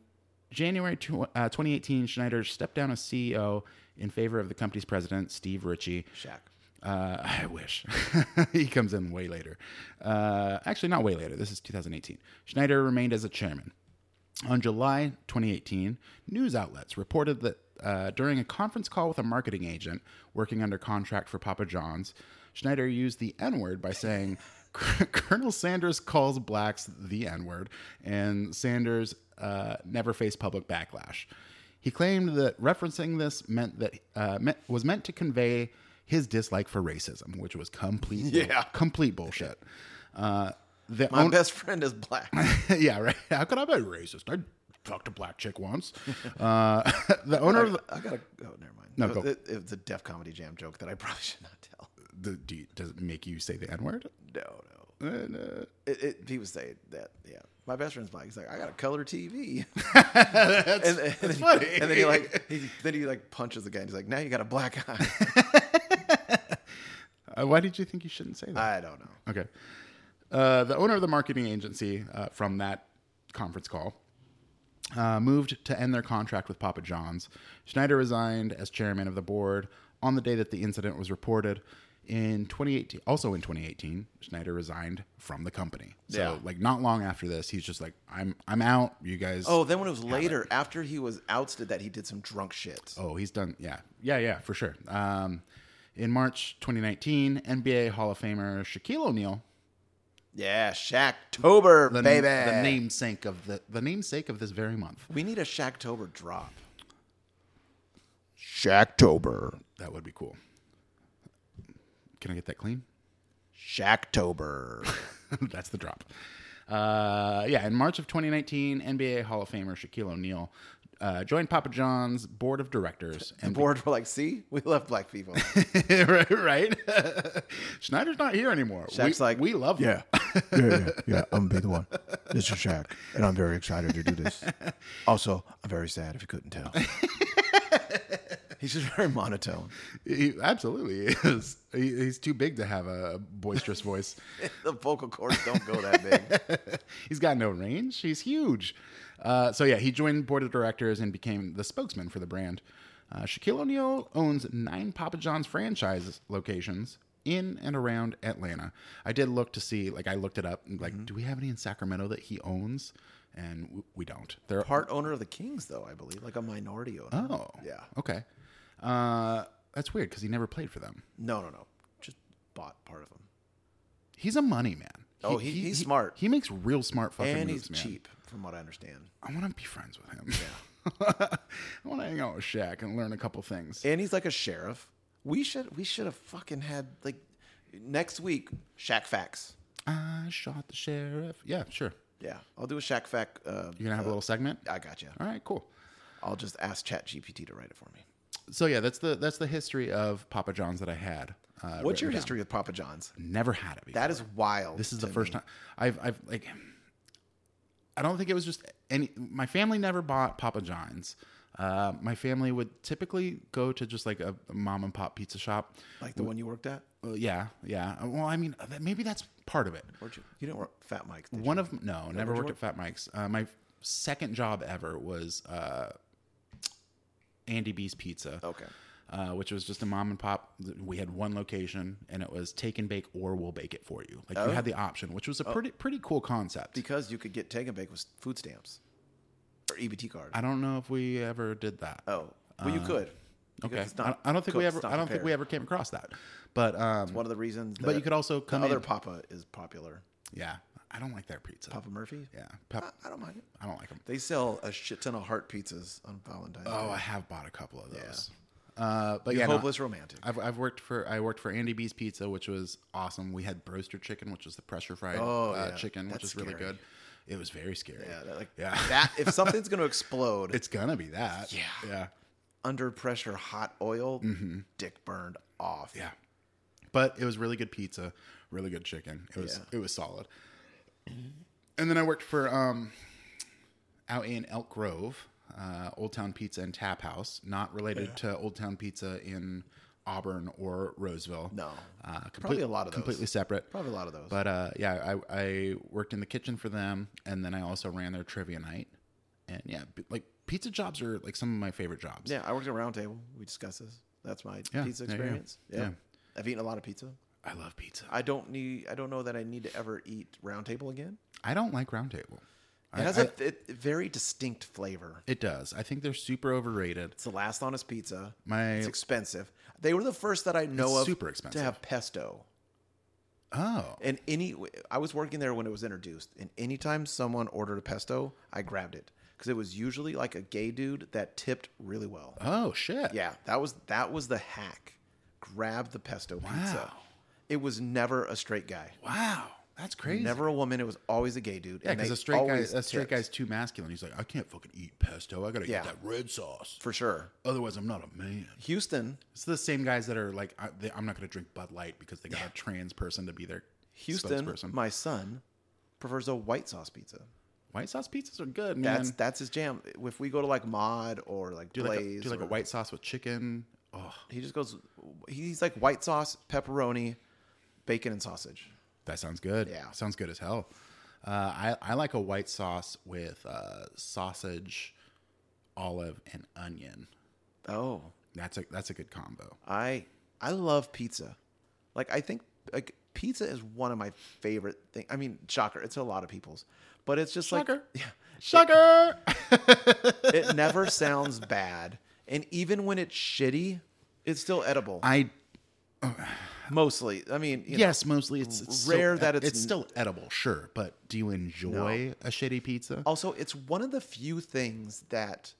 Speaker 2: January tw- uh, E 2018, Schneider stepped down as CEO in favor of the company's president, Steve Ritchie.
Speaker 1: Shaq.
Speaker 2: Uh, I wish. he comes in way later. Uh, actually, not way later. This is 2018. Schneider remained as a chairman. On July 2018, news outlets reported that uh, during a conference call with a marketing agent working under contract for Papa John's, Schneider used the N word by saying, Colonel Sanders calls blacks the N word, and Sanders uh, never faced public backlash. He claimed that referencing this meant that uh, meant, was meant to convey his dislike for racism, which was complete,
Speaker 1: Yeah.
Speaker 2: complete bullshit. Uh, the
Speaker 1: My best friend is black.
Speaker 2: yeah, right. How could I be racist? I fucked a black chick once. Uh, the owner of the,
Speaker 1: I gotta. Oh, never mind.
Speaker 2: No,
Speaker 1: it,
Speaker 2: go.
Speaker 1: It, it's a deaf comedy jam joke that I probably should not tell.
Speaker 2: the do you, does it make you say the n word? Uh,
Speaker 1: No, no. It, it, he was saying that. Yeah, my best friend's black. He's like, I got a color TV.
Speaker 2: That's
Speaker 1: and, and then,
Speaker 2: funny.
Speaker 1: and then he like, he, then he like punches the guy. And he's like, now you got a black eye.
Speaker 2: Uh, why did you think you shouldn't say that?
Speaker 1: I don't know.
Speaker 2: Okay. Uh, the owner of the marketing agency uh, from that conference call uh, moved to end their contract with Papa John's. Schneider resigned as chairman of the board on the day that the incident was reported. In 2018, also in 2018, Schneider resigned from the company. So,
Speaker 1: Yeah.
Speaker 2: like, not long after this, he's just like, "I'm, I'm out. You guys."
Speaker 1: Oh, then when it was later, after he was ousted, that he did some drunk shit.
Speaker 2: Oh, he's done. Yeah, yeah, yeah, for sure. Um, in March 2019, NBA Hall of Famer Shaquille O'Neal
Speaker 1: Yeah, Shaq Tober,
Speaker 2: the,
Speaker 1: baby.
Speaker 2: the namesake of the the namesake of this very month.
Speaker 1: We need a Shaq Tober drop.
Speaker 3: Shacktober.
Speaker 2: That would be cool. Can I get that clean?
Speaker 1: Shaq Tober.
Speaker 2: That's the drop. Uh, yeah, in March of 2019, NBA Hall of Famer Shaquille O'Neal uh, joined Papa John's board of directors.
Speaker 1: and
Speaker 2: And
Speaker 1: bored were like, see, we love black people.
Speaker 2: right, right. Schneider's not here anymore.
Speaker 1: Shaq's
Speaker 2: we,
Speaker 1: like,
Speaker 2: we love him.
Speaker 3: Yeah. yeah, yeah, yeah. I'm gonna be the one. This is Shaq, and I'm very excited to do this.
Speaker 1: also, I'm very sad if you couldn't tell. He's just very monotone.
Speaker 2: He absolutely is. He, he's too big to have a boisterous voice.
Speaker 1: The vocal cords don't go that big.
Speaker 2: He's got no range. He's huge. Uh, so yeah, he joined board of directors and became the spokesman for the brand. Uh, Shaquille O'Neal owns nine Papa John's franchise locations in and around Atlanta. I did look to see, like, I looked it up. and,
Speaker 1: Mm-hmm.
Speaker 2: Like, do we have any in Sacramento that he owns? And w- we don't. There are.
Speaker 1: Part owner of the Kings, though, I believe, like a minority owner.
Speaker 2: Oh,
Speaker 1: Yeah.
Speaker 2: Okay. Uh, that's weird because he never played for them.
Speaker 1: No, no, no. Just bought part of them.
Speaker 2: He's a money man.
Speaker 1: Oh, he- he's smart.
Speaker 2: He makes real smart fucking
Speaker 1: And
Speaker 2: moves,
Speaker 1: he's
Speaker 2: man.
Speaker 1: cheap, from what I understand.
Speaker 2: I want to be friends with him. I want to hang out with Shaq and learn a couple things.
Speaker 1: And he's like a sheriff. We should we should have fucking had like next week Shaq facts.
Speaker 2: I shot the sheriff. Yeah, sure.
Speaker 1: Yeah, I'll do a Shaq fact. Uh,
Speaker 2: You're gonna have a little segment.
Speaker 1: I got you.
Speaker 2: All right, cool.
Speaker 1: I'll just ask ChatGPT to write it for me.
Speaker 2: So yeah, that's the that's the history of Papa John's that I had. Uh,
Speaker 1: What's your
Speaker 2: written
Speaker 1: history with Papa John's?
Speaker 2: down. Never had it. Before.
Speaker 1: That is wild.
Speaker 2: This is the
Speaker 1: to
Speaker 2: first
Speaker 1: me.
Speaker 2: time I've I've like I don't think it was just any my family never bought Papa John's. Uh, my family would typically go to just like a mom and pop pizza shop.
Speaker 1: Like the one you worked at?
Speaker 2: Uh, yeah, yeah. Well, I mean, uh, that- maybe that's part of it.
Speaker 1: Where'd you? You didn't work Fat Mike's. Did you?
Speaker 2: One of no, never worked at Fat Mike's. Uh, my second job ever was uh, Andy B's Pizza.
Speaker 1: Okay.
Speaker 2: Uh, which was just a mom and pop. We had one location, and it was take and bake, or we'll bake it for you.
Speaker 1: Oh.
Speaker 2: Like you had the option, which was a pretty pretty cool concept.
Speaker 1: Because you could get take and bake with food stamps or EBT card.
Speaker 2: I don't know if we ever did that.
Speaker 1: oh, well, you could. because
Speaker 2: okay.
Speaker 1: it's
Speaker 2: I
Speaker 1: not
Speaker 2: I don't think we
Speaker 1: cooked,
Speaker 2: ever.
Speaker 1: it's not
Speaker 2: I don't think we
Speaker 1: prepared.
Speaker 2: ever came across that. But um,
Speaker 1: One of the reasons.
Speaker 2: but
Speaker 1: that
Speaker 2: you could also
Speaker 1: the
Speaker 2: come
Speaker 1: other
Speaker 2: in.
Speaker 1: Papa is popular.
Speaker 2: yeah, I don't like their pizza.
Speaker 1: Papa Murphy's.
Speaker 2: Yeah, pep-
Speaker 1: I don't mind it.
Speaker 2: I don't like them.
Speaker 1: They sell a shit ton of heart pizzas on Valentine's.
Speaker 2: Oh,
Speaker 1: Day.
Speaker 2: I have bought a couple of those. Uh, but yeah, no,
Speaker 1: hopeless romantic.
Speaker 2: I've, I've worked for I worked for Andy B's Pizza, which was awesome. We had broaster chicken, which is the pressure fried
Speaker 1: Oh,
Speaker 2: uh,
Speaker 1: yeah.
Speaker 2: chicken, which
Speaker 1: That's
Speaker 2: is really
Speaker 1: scary.
Speaker 2: good. It was very scary.
Speaker 1: yeah, that, like
Speaker 2: Yeah.
Speaker 1: that. If something's gonna explode
Speaker 2: it's gonna be that.
Speaker 1: Yeah.
Speaker 2: yeah,
Speaker 1: under pressure, hot oil, dick burned off.
Speaker 2: Mm-hmm. yeah. But it was really good pizza, really good chicken. It was
Speaker 1: Yeah.
Speaker 2: it was solid. And then I worked for um, out in Elk Grove, uh, Old Town Pizza and Tap House, not related to Old Town Pizza in Auburn or Roseville.
Speaker 1: No.
Speaker 2: uh, complete,
Speaker 1: Probably a lot of those.
Speaker 2: completely separate.
Speaker 1: Probably a lot of those.
Speaker 2: But uh, yeah, I, I worked in the kitchen for them, and then I also ran their trivia night. And yeah, b- like pizza jobs are like some of my favorite jobs.
Speaker 1: yeah, I worked at Roundtable. We discussed this. That's my
Speaker 2: Yeah,
Speaker 1: pizza
Speaker 2: there you go.
Speaker 1: experience.
Speaker 2: Yeah.
Speaker 1: I've eaten a lot of pizza.
Speaker 2: I love pizza.
Speaker 1: I don't need. I don't know that I need to ever eat Round Table again.
Speaker 2: I don't like Round Table.
Speaker 1: It
Speaker 2: I-
Speaker 1: has
Speaker 2: I-
Speaker 1: a th- very distinct flavor.
Speaker 2: it does. I think they're super overrated.
Speaker 1: It's the last honest pizza.
Speaker 2: My
Speaker 1: It's expensive. They were the first that I know
Speaker 2: It's
Speaker 1: of
Speaker 2: super expensive.
Speaker 1: to have pesto.
Speaker 2: oh,
Speaker 1: And any, I was working there when it was introduced, and anytime someone ordered a pesto, I grabbed it because it was usually like a gay dude that tipped really well.
Speaker 2: oh shit.
Speaker 1: Yeah, that was that was the hack. Grab the pesto pizza.
Speaker 2: Wow.
Speaker 1: It was never a straight guy,
Speaker 2: Wow, that's crazy.
Speaker 1: never a woman. It was always a gay dude.
Speaker 2: yeah,
Speaker 1: and
Speaker 2: because
Speaker 1: they
Speaker 2: a straight guy,
Speaker 1: always
Speaker 2: a straight
Speaker 1: tipped,
Speaker 2: guy's too masculine. He's like, I can't fucking eat pesto. I gotta
Speaker 1: Yeah.
Speaker 2: get that red sauce.
Speaker 1: for sure.
Speaker 2: Otherwise, I'm not a man.
Speaker 1: Houston,
Speaker 2: It's the same guys that are like, I, they, I'm not gonna drink Bud Light because they got a trans person to be their
Speaker 1: Houston,
Speaker 2: spokesperson.
Speaker 1: my son prefers a white sauce pizza.
Speaker 2: White sauce pizzas are good, man.
Speaker 1: That's that's his jam. If we go to like Mod or like
Speaker 2: do like, a,
Speaker 1: Blaze,
Speaker 2: do like a
Speaker 1: or-
Speaker 2: white sauce with chicken. Oh,
Speaker 1: he just goes. He's like white sauce, pepperoni, bacon, and sausage.
Speaker 2: that sounds good.
Speaker 1: Yeah.
Speaker 2: sounds good as hell. Uh, I I like a white sauce with uh, sausage, olive, and onion.
Speaker 1: Oh,
Speaker 2: That's a that's a good combo.
Speaker 1: I I love pizza. Like I think like pizza is one of my favorite thing. I mean, shocker, it's a lot of people's, but it's just
Speaker 2: Shocker.
Speaker 1: like
Speaker 2: Sugar.
Speaker 1: it never sounds bad. And even when it's shitty, it's still edible.
Speaker 2: I
Speaker 1: mostly, I mean, you know,
Speaker 2: yes, mostly it's, it's
Speaker 1: rare
Speaker 2: still, e,
Speaker 1: that it's
Speaker 2: it's still edible, sure. But do you enjoy a shitty pizza?
Speaker 1: Also, it's one of the few things that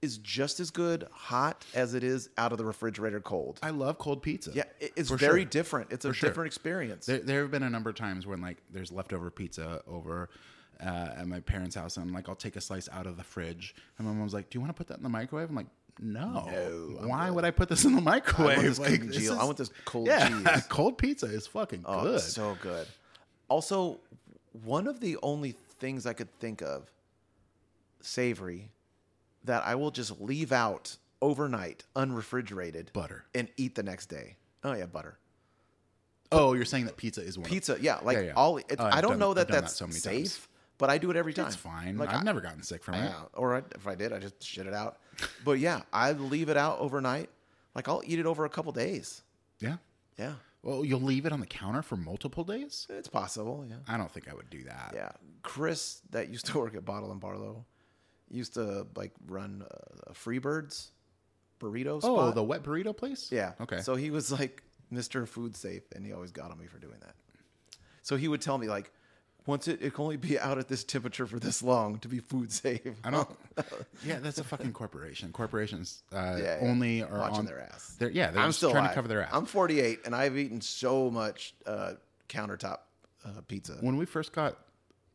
Speaker 1: is just as good hot as it is out of the refrigerator cold.
Speaker 2: I love cold pizza.
Speaker 1: yeah, it- it's
Speaker 2: for
Speaker 1: very
Speaker 2: sure.
Speaker 1: different. It's a
Speaker 2: sure.
Speaker 1: different experience.
Speaker 2: There, there have been a number of times when like there's leftover pizza over uh, at my parents' house, and I'm like, I'll take a slice out of the fridge, and my mom's like, "Do you want to put that in the microwave?" I'm like, "No, why would I put this in the microwave?
Speaker 1: this
Speaker 2: like,
Speaker 1: congealed- I want this cold
Speaker 2: yeah,
Speaker 1: cheese."
Speaker 2: cold pizza is fucking
Speaker 1: Oh,
Speaker 2: good.
Speaker 1: it's so good. Also, one of the only things I could think of, savory, that I will just leave out overnight, unrefrigerated,
Speaker 2: Butter.
Speaker 1: and eat the next day. Oh yeah, butter.
Speaker 2: oh, you're saying that pizza is one of-
Speaker 1: Pizza, yeah, like
Speaker 2: Yeah, yeah.
Speaker 1: all. It's,
Speaker 2: Oh, I've
Speaker 1: I don't
Speaker 2: done-
Speaker 1: know
Speaker 2: I've
Speaker 1: that
Speaker 2: done that
Speaker 1: that's
Speaker 2: so many
Speaker 1: safe,
Speaker 2: times.
Speaker 1: but I do it every time.
Speaker 2: It's fine.
Speaker 1: Like,
Speaker 2: I've
Speaker 1: I-
Speaker 2: never gotten sick from it.
Speaker 1: Yeah, or I, if I did, I just shit it out. But yeah, I leave it out overnight. Like I'll eat it over a couple days.
Speaker 2: Yeah.
Speaker 1: Yeah,
Speaker 2: Well, you'll leave it on the counter for multiple days?
Speaker 1: it's possible. Yeah,
Speaker 2: I don't think I would do that.
Speaker 1: yeah. Chris, that used to work at Bottle and Barlow, used to like run uh, a Freebirds burrito
Speaker 2: Oh,
Speaker 1: spot.
Speaker 2: the wet burrito place?
Speaker 1: yeah.
Speaker 2: Okay.
Speaker 1: So he was like Mister Food Safe, and he always got on me for doing that. So he would tell me like. Once it, it can only be out at this temperature for this long to be food safe.
Speaker 2: I don't. yeah, that's a fucking corporation. Corporations uh,
Speaker 1: Yeah, yeah.
Speaker 2: only are
Speaker 1: Watching
Speaker 2: on
Speaker 1: their ass.
Speaker 2: They're, yeah, they're
Speaker 1: I'm
Speaker 2: just
Speaker 1: still
Speaker 2: trying
Speaker 1: alive.
Speaker 2: to cover their ass.
Speaker 1: I'm 48, and I've eaten so much uh, countertop uh, pizza.
Speaker 2: when we first got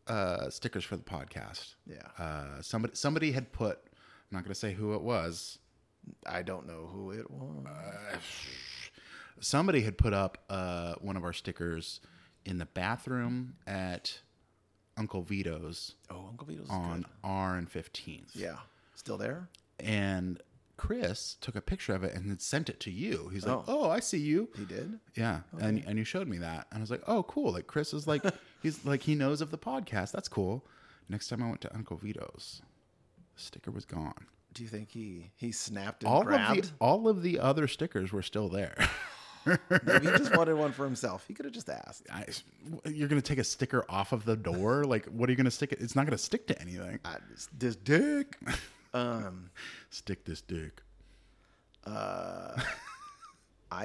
Speaker 2: uh, stickers for the podcast,
Speaker 1: Yeah.
Speaker 2: uh, somebody somebody had put. I'm not going to say who it was.
Speaker 1: I don't know who it was.
Speaker 2: Somebody had put up uh, one of our stickers in the bathroom at Uncle Vito's
Speaker 1: oh, Uncle Vito's is
Speaker 2: on
Speaker 1: good.
Speaker 2: R and 15th.
Speaker 1: Yeah, still there.
Speaker 2: and Chris took a picture of it and then sent it to you. He's like,
Speaker 1: Oh.
Speaker 2: "Oh, I see you."
Speaker 1: He did.
Speaker 2: Yeah,
Speaker 1: Oh,
Speaker 2: and and you showed me that, and I was like, "Oh, cool!" Like Chris is like, he's like he knows of the podcast. That's cool. Next time I went to Uncle Vito's, the sticker was gone.
Speaker 1: Do you think he he snapped and
Speaker 2: All
Speaker 1: grabbed?
Speaker 2: of the all of the other stickers were still there.
Speaker 1: Maybe he just wanted one for himself. He could have just asked.
Speaker 2: I, you're gonna take a sticker off of the door? Like, what are you gonna stick it? It's not gonna stick to anything.
Speaker 1: I, this, this dick. Um,
Speaker 2: Stick this dick.
Speaker 1: I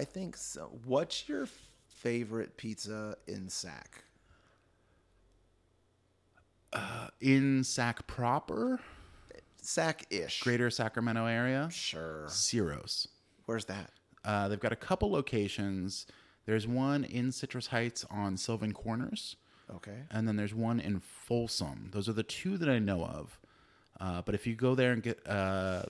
Speaker 1: think so. What's your favorite pizza in Sac?
Speaker 2: In Sac proper,
Speaker 1: Sac ish.
Speaker 2: Greater Sacramento area,
Speaker 1: Sure.
Speaker 2: Ciro's.
Speaker 1: Where's that?
Speaker 2: Uh, they've got a couple locations. There's one in Citrus Heights on Sylvan Corners,
Speaker 1: Okay.
Speaker 2: and then there's one in Folsom. Those are the two that I know of. Uh, but if you go there and get, uh,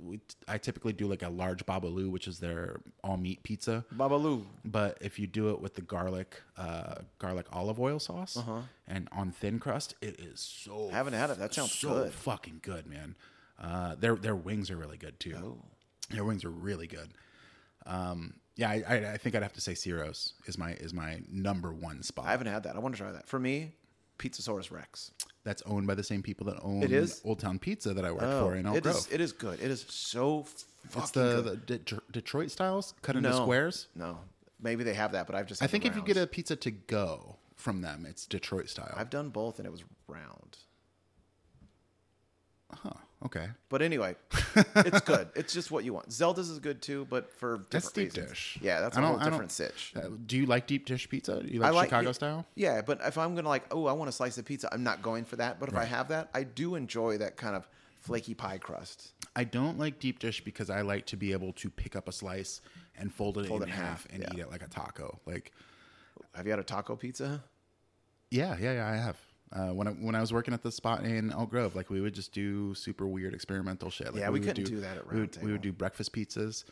Speaker 2: we, I typically do like a large babaloo, which is their all meat pizza.
Speaker 1: Babalu.
Speaker 2: But if you do it with the garlic, uh, garlic olive oil sauce, and on thin crust, it is so.
Speaker 1: Uh-huh. Haven't had it. That sounds
Speaker 2: so
Speaker 1: good.
Speaker 2: fucking good, man. Uh, their their wings are really good too.
Speaker 1: Oh.
Speaker 2: Their wings are really good. Um, yeah, I, I, I think I'd have to say Ciro's is my is my number one spot.
Speaker 1: I haven't had that. I want to try that. For me, Pizzasaurus Rex.
Speaker 2: That's owned by the same people that own
Speaker 1: It is? Oh,
Speaker 2: Old Town Pizza that I worked for in Elk
Speaker 1: it
Speaker 2: Grove.
Speaker 1: is. It is good. It is so fucking
Speaker 2: it's the,
Speaker 1: good.
Speaker 2: the Det- Detroit styles cut into
Speaker 1: No.
Speaker 2: squares.
Speaker 1: No, maybe they have that, but I've just.
Speaker 2: I
Speaker 1: had
Speaker 2: think
Speaker 1: the
Speaker 2: if you
Speaker 1: rounds.
Speaker 2: get a pizza to go from them, it's Detroit style.
Speaker 1: I've done both, and it was round.
Speaker 2: okay,
Speaker 1: But anyway, it's good. It's just what you want. Zelda's is good too, but for different
Speaker 2: that's deep
Speaker 1: reasons.
Speaker 2: dish.
Speaker 1: Yeah, that's
Speaker 2: I
Speaker 1: a
Speaker 2: don't-
Speaker 1: whole
Speaker 2: I don't-
Speaker 1: different sitch.
Speaker 2: Uh, do you like deep dish pizza? Do you
Speaker 1: I
Speaker 2: like,
Speaker 1: like
Speaker 2: Chicago
Speaker 1: it-
Speaker 2: style?
Speaker 1: Yeah, but if I'm gonna like, oh, I want a slice of pizza, I'm not going for that. But if I have that, I do enjoy that kind of flaky pie crust.
Speaker 2: I don't like deep dish because I like to be able to pick up a slice and fold it
Speaker 1: Fold
Speaker 2: in
Speaker 1: it in
Speaker 2: half
Speaker 1: half,
Speaker 2: and
Speaker 1: yeah.
Speaker 2: eat it like a taco. Like,
Speaker 1: Have you had a taco pizza?
Speaker 2: yeah, yeah, yeah. I have. Uh, when I when I was working at the spot in Elk Grove, like we would just do super weird experimental shit. Like,
Speaker 1: Yeah, we
Speaker 2: would
Speaker 1: couldn't do that at
Speaker 2: we would,
Speaker 1: Round
Speaker 2: we would do breakfast pizzas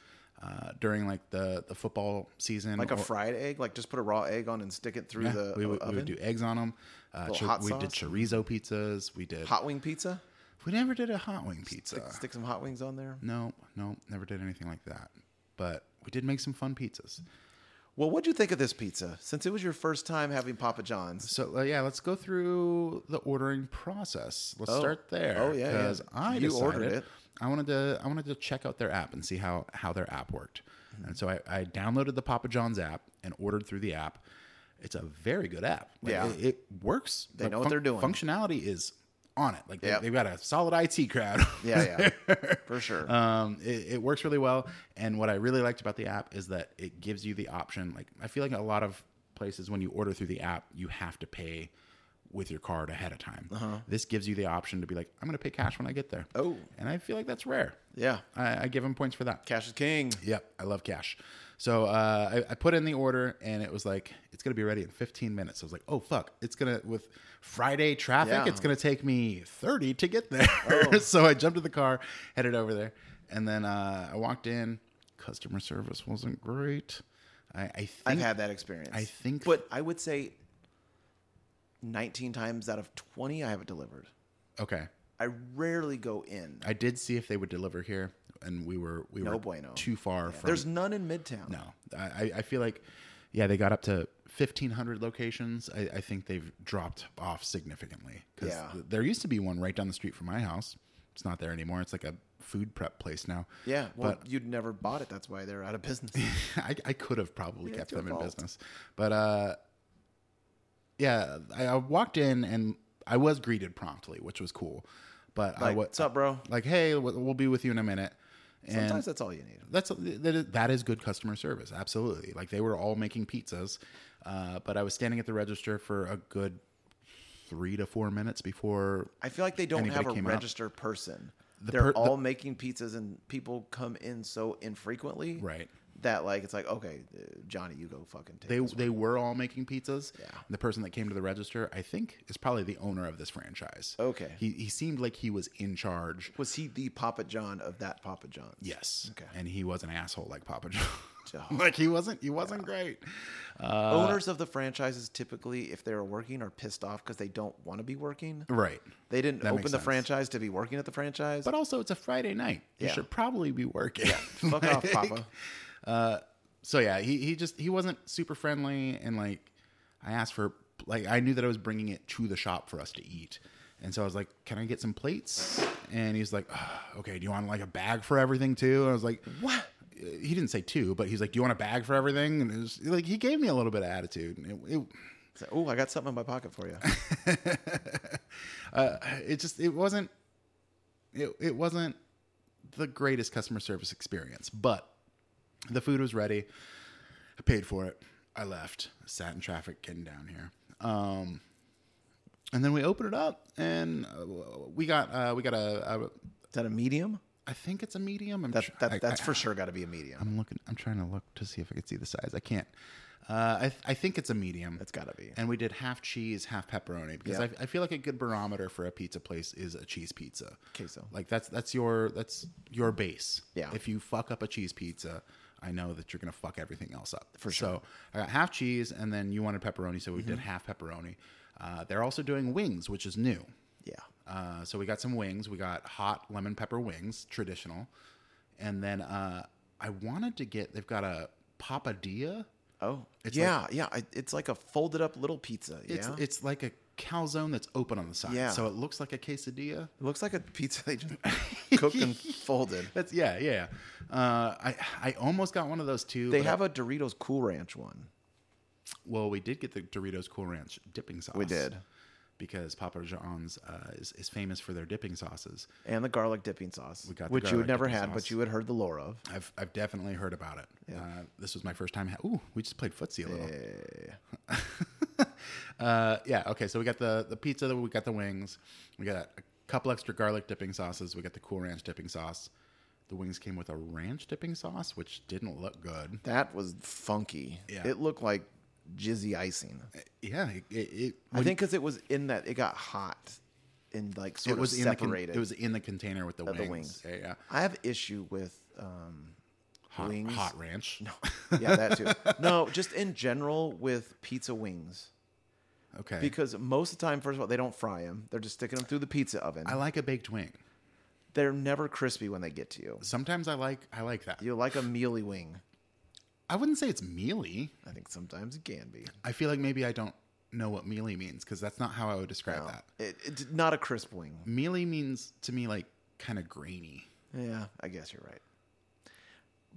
Speaker 2: uh, during like the the football season,
Speaker 1: Like a
Speaker 2: or-
Speaker 1: fried egg? Like just put a raw egg on and stick it through
Speaker 2: Yeah,
Speaker 1: the uh,
Speaker 2: we, would, we
Speaker 1: oven?
Speaker 2: would do eggs on them. Uh,
Speaker 1: Little
Speaker 2: chor-
Speaker 1: hot
Speaker 2: we did
Speaker 1: sauce?
Speaker 2: chorizo pizzas. We did.
Speaker 1: Hot wing pizza?
Speaker 2: We never did a hot wing pizza.
Speaker 1: Stick some hot wings on there.
Speaker 2: No, no, never did anything like that. But we did make some fun pizzas.
Speaker 1: Well, what'd you think of this pizza? Since it was your first time having Papa John's,
Speaker 2: So uh, yeah, let's go through the ordering process. Let's start there.
Speaker 1: Oh, yeah, yeah.
Speaker 2: because I
Speaker 1: You
Speaker 2: decided
Speaker 1: ordered it.
Speaker 2: I wanted to I wanted to check out their app and see how how their app worked. And so I, I downloaded the Papa John's app and ordered through the app. It's a very good app. Like,
Speaker 1: Yeah.
Speaker 2: it, it works. They
Speaker 1: know what they're doing.
Speaker 2: Functionality is on it. Like they,
Speaker 1: Yep.
Speaker 2: they've got a solid IT crowd.
Speaker 1: yeah, yeah, for sure.
Speaker 2: Um, it, it works really well. And what I really liked about the app is that it gives you the option. Like, I feel like a lot of places when you order through the app, you have to pay with your card ahead of time. This gives you the option to be like, I'm going to pay cash when I get there.
Speaker 1: Oh.
Speaker 2: and I feel like that's rare.
Speaker 1: yeah,
Speaker 2: I, I give them points for that.
Speaker 1: cash is king.
Speaker 2: Yep, I love cash. So uh, I, I put in the order, and it was like it's gonna be ready in 15 minutes. I was like, oh fuck, it's gonna with Friday traffic,
Speaker 1: Yeah. Oh.
Speaker 2: it's gonna take me 30 to get there. so I jumped in the car, headed over there, and then uh, I walked in. Customer service wasn't great. I, I think
Speaker 1: I've had that experience.
Speaker 2: I think-
Speaker 1: but I would say nineteen times out of twenty, I have it delivered.
Speaker 2: okay.
Speaker 1: I rarely go in.
Speaker 2: I did see if they would deliver here, and we were we were
Speaker 1: bueno.
Speaker 2: too far from.
Speaker 1: There's none in Midtown.
Speaker 2: No, I, I- I feel like, yeah, they got up to 1,500 locations. I, I think they've dropped off significantly because
Speaker 1: Yeah.
Speaker 2: there used to be one right down the street from my house. It's not there anymore. It's like a food prep place now.
Speaker 1: Yeah, well, you'd never bought it. That's why they're out of business.
Speaker 2: I, I could have probably
Speaker 1: Yeah, it's
Speaker 2: kept
Speaker 1: your
Speaker 2: them in
Speaker 1: fault.
Speaker 2: business, but uh, yeah, I, I walked in and I was greeted promptly, which was cool. But I
Speaker 1: Like,
Speaker 2: was
Speaker 1: what's up, bro?
Speaker 2: like, hey, we'll we'll be with you in a minute. And
Speaker 1: Sometimes that's all you need.
Speaker 2: that's that is, that is good customer service absolutely like they were all making pizzas uh, but i was standing at the register for a good three to four minutes before
Speaker 1: I feel like they don't
Speaker 2: Anybody
Speaker 1: have a
Speaker 2: came out?
Speaker 1: register person.
Speaker 2: The
Speaker 1: They're
Speaker 2: per- the-
Speaker 1: all making pizzas, and people come in so infrequently,
Speaker 2: Right.
Speaker 1: That like it's like okay, uh, Johnny, you go fucking take
Speaker 2: they
Speaker 1: this
Speaker 2: they were all making pizzas
Speaker 1: Yeah.
Speaker 2: the person that came to the register i think is probably the owner of this franchise
Speaker 1: Okay.
Speaker 2: he, he seemed like he was in charge
Speaker 1: Was he the Papa John of that Papa John's?
Speaker 2: yes
Speaker 1: Okay.
Speaker 2: and he was an asshole like papa john
Speaker 1: Oh.
Speaker 2: like he wasn't he wasn't great Uh,
Speaker 1: Owners of the franchises typically, if they're working, are pissed off because they don't want to be working.
Speaker 2: right
Speaker 1: They didn't
Speaker 2: That
Speaker 1: open the
Speaker 2: makes sense.
Speaker 1: franchise to be working at the franchise.
Speaker 2: but also it's a friday night you
Speaker 1: Yeah.
Speaker 2: should probably be working
Speaker 1: Fuck off, Papa.
Speaker 2: so yeah, he he just he wasn't super friendly, and like I asked for like I knew that I was bringing it to the shop for us to eat, and so I was like, "Can I get some plates?" And he's like, "Ah, "Okay, do you want like a bag for everything too?" And I was like, "What?" He didn't say two, but he's like, "Do you want a bag for everything?" And it was like he gave me a little bit of attitude. And it, it,
Speaker 1: oh, I got something in my pocket for you.
Speaker 2: it just it wasn't it, it wasn't the greatest customer service experience but the food was ready i paid for it i left sat in traffic getting down here um and then we opened it up and uh, we got uh we got a, a
Speaker 1: Is that a medium?
Speaker 2: i think it's a medium I'm
Speaker 1: That's
Speaker 2: tr-
Speaker 1: that,
Speaker 2: I-
Speaker 1: that's
Speaker 2: I-
Speaker 1: for sure got to be a medium.
Speaker 2: i'm looking i'm trying to look to see if i can see the size i can't uh, I, I think it's a medium.
Speaker 1: That's got to be.
Speaker 2: And we did half cheese, half pepperoni because
Speaker 1: Yeah.
Speaker 2: I, I feel like a good barometer for a pizza place is a cheese pizza.
Speaker 1: Queso.
Speaker 2: Like that's that's your that's your base.
Speaker 1: Yeah.
Speaker 2: If you fuck up a cheese pizza, I know that you're gonna fuck everything else up. For sure. So I got half cheese, and then you wanted pepperoni, so we did
Speaker 1: Mm-hmm.
Speaker 2: half pepperoni. Uh, they're also doing wings, which is new.
Speaker 1: Yeah.
Speaker 2: Uh, so we got some wings. We got hot lemon pepper wings, traditional, and then uh, I wanted to get. They've got a papadilla.
Speaker 1: Oh,
Speaker 2: It's
Speaker 1: yeah, yeah. I, it's like a folded up little pizza.
Speaker 2: It's
Speaker 1: yeah.
Speaker 2: it's like a calzone that's open on the side,
Speaker 1: Yeah.
Speaker 2: so it looks like a quesadilla.
Speaker 1: It looks like a pizza they just cooked and folded.
Speaker 2: That's yeah, yeah. Uh, I I almost got one of those too.
Speaker 1: They
Speaker 2: but I-
Speaker 1: have a Doritos Cool Ranch one.
Speaker 2: well, we did get the Doritos Cool Ranch dipping sauce.
Speaker 1: We did.
Speaker 2: because Papa John's uh, is is famous for their dipping sauces.
Speaker 1: And the garlic dipping sauce,
Speaker 2: got the
Speaker 1: which you
Speaker 2: garlic
Speaker 1: had never
Speaker 2: dipping
Speaker 1: had,
Speaker 2: sauce.
Speaker 1: but you had heard the lore of.
Speaker 2: I've I've definitely heard about it. Uh, this was my first time. Ha- Ooh, we just played footsie a little.
Speaker 1: Eh.
Speaker 2: uh, yeah. Okay. So we got the the pizza. We got the wings. We got a couple extra garlic dipping sauces. We got the cool ranch dipping sauce. The wings came with a ranch dipping sauce, which didn't look good.
Speaker 1: That was funky.
Speaker 2: Yeah.
Speaker 1: It looked like jizzy icing.
Speaker 2: Yeah. It, it, it,
Speaker 1: I think because it was in that it got hot and like sort
Speaker 2: it was
Speaker 1: of
Speaker 2: in the con-
Speaker 1: separated.
Speaker 2: it was in the container with the wings.
Speaker 1: the
Speaker 2: Yeah. yeah.
Speaker 1: I have issue with um,
Speaker 2: Hot,
Speaker 1: wings.
Speaker 2: hot ranch.
Speaker 1: yeah, that too. No, just in general with pizza wings
Speaker 2: Okay.
Speaker 1: because most of the time, first of all, they don't fry them; they're just sticking them through the pizza oven.
Speaker 2: I like a baked wing.
Speaker 1: they're never crispy when they get to you.
Speaker 2: Sometimes I like I like that.
Speaker 1: You like a mealy wing?
Speaker 2: I wouldn't say it's mealy.
Speaker 1: I think sometimes it can be.
Speaker 2: I feel like maybe I don't know what mealy means because that's not how I would describe that.
Speaker 1: It, it's not a crisp wing.
Speaker 2: Mealy means to me like kind of grainy.
Speaker 1: Yeah, I guess you're right.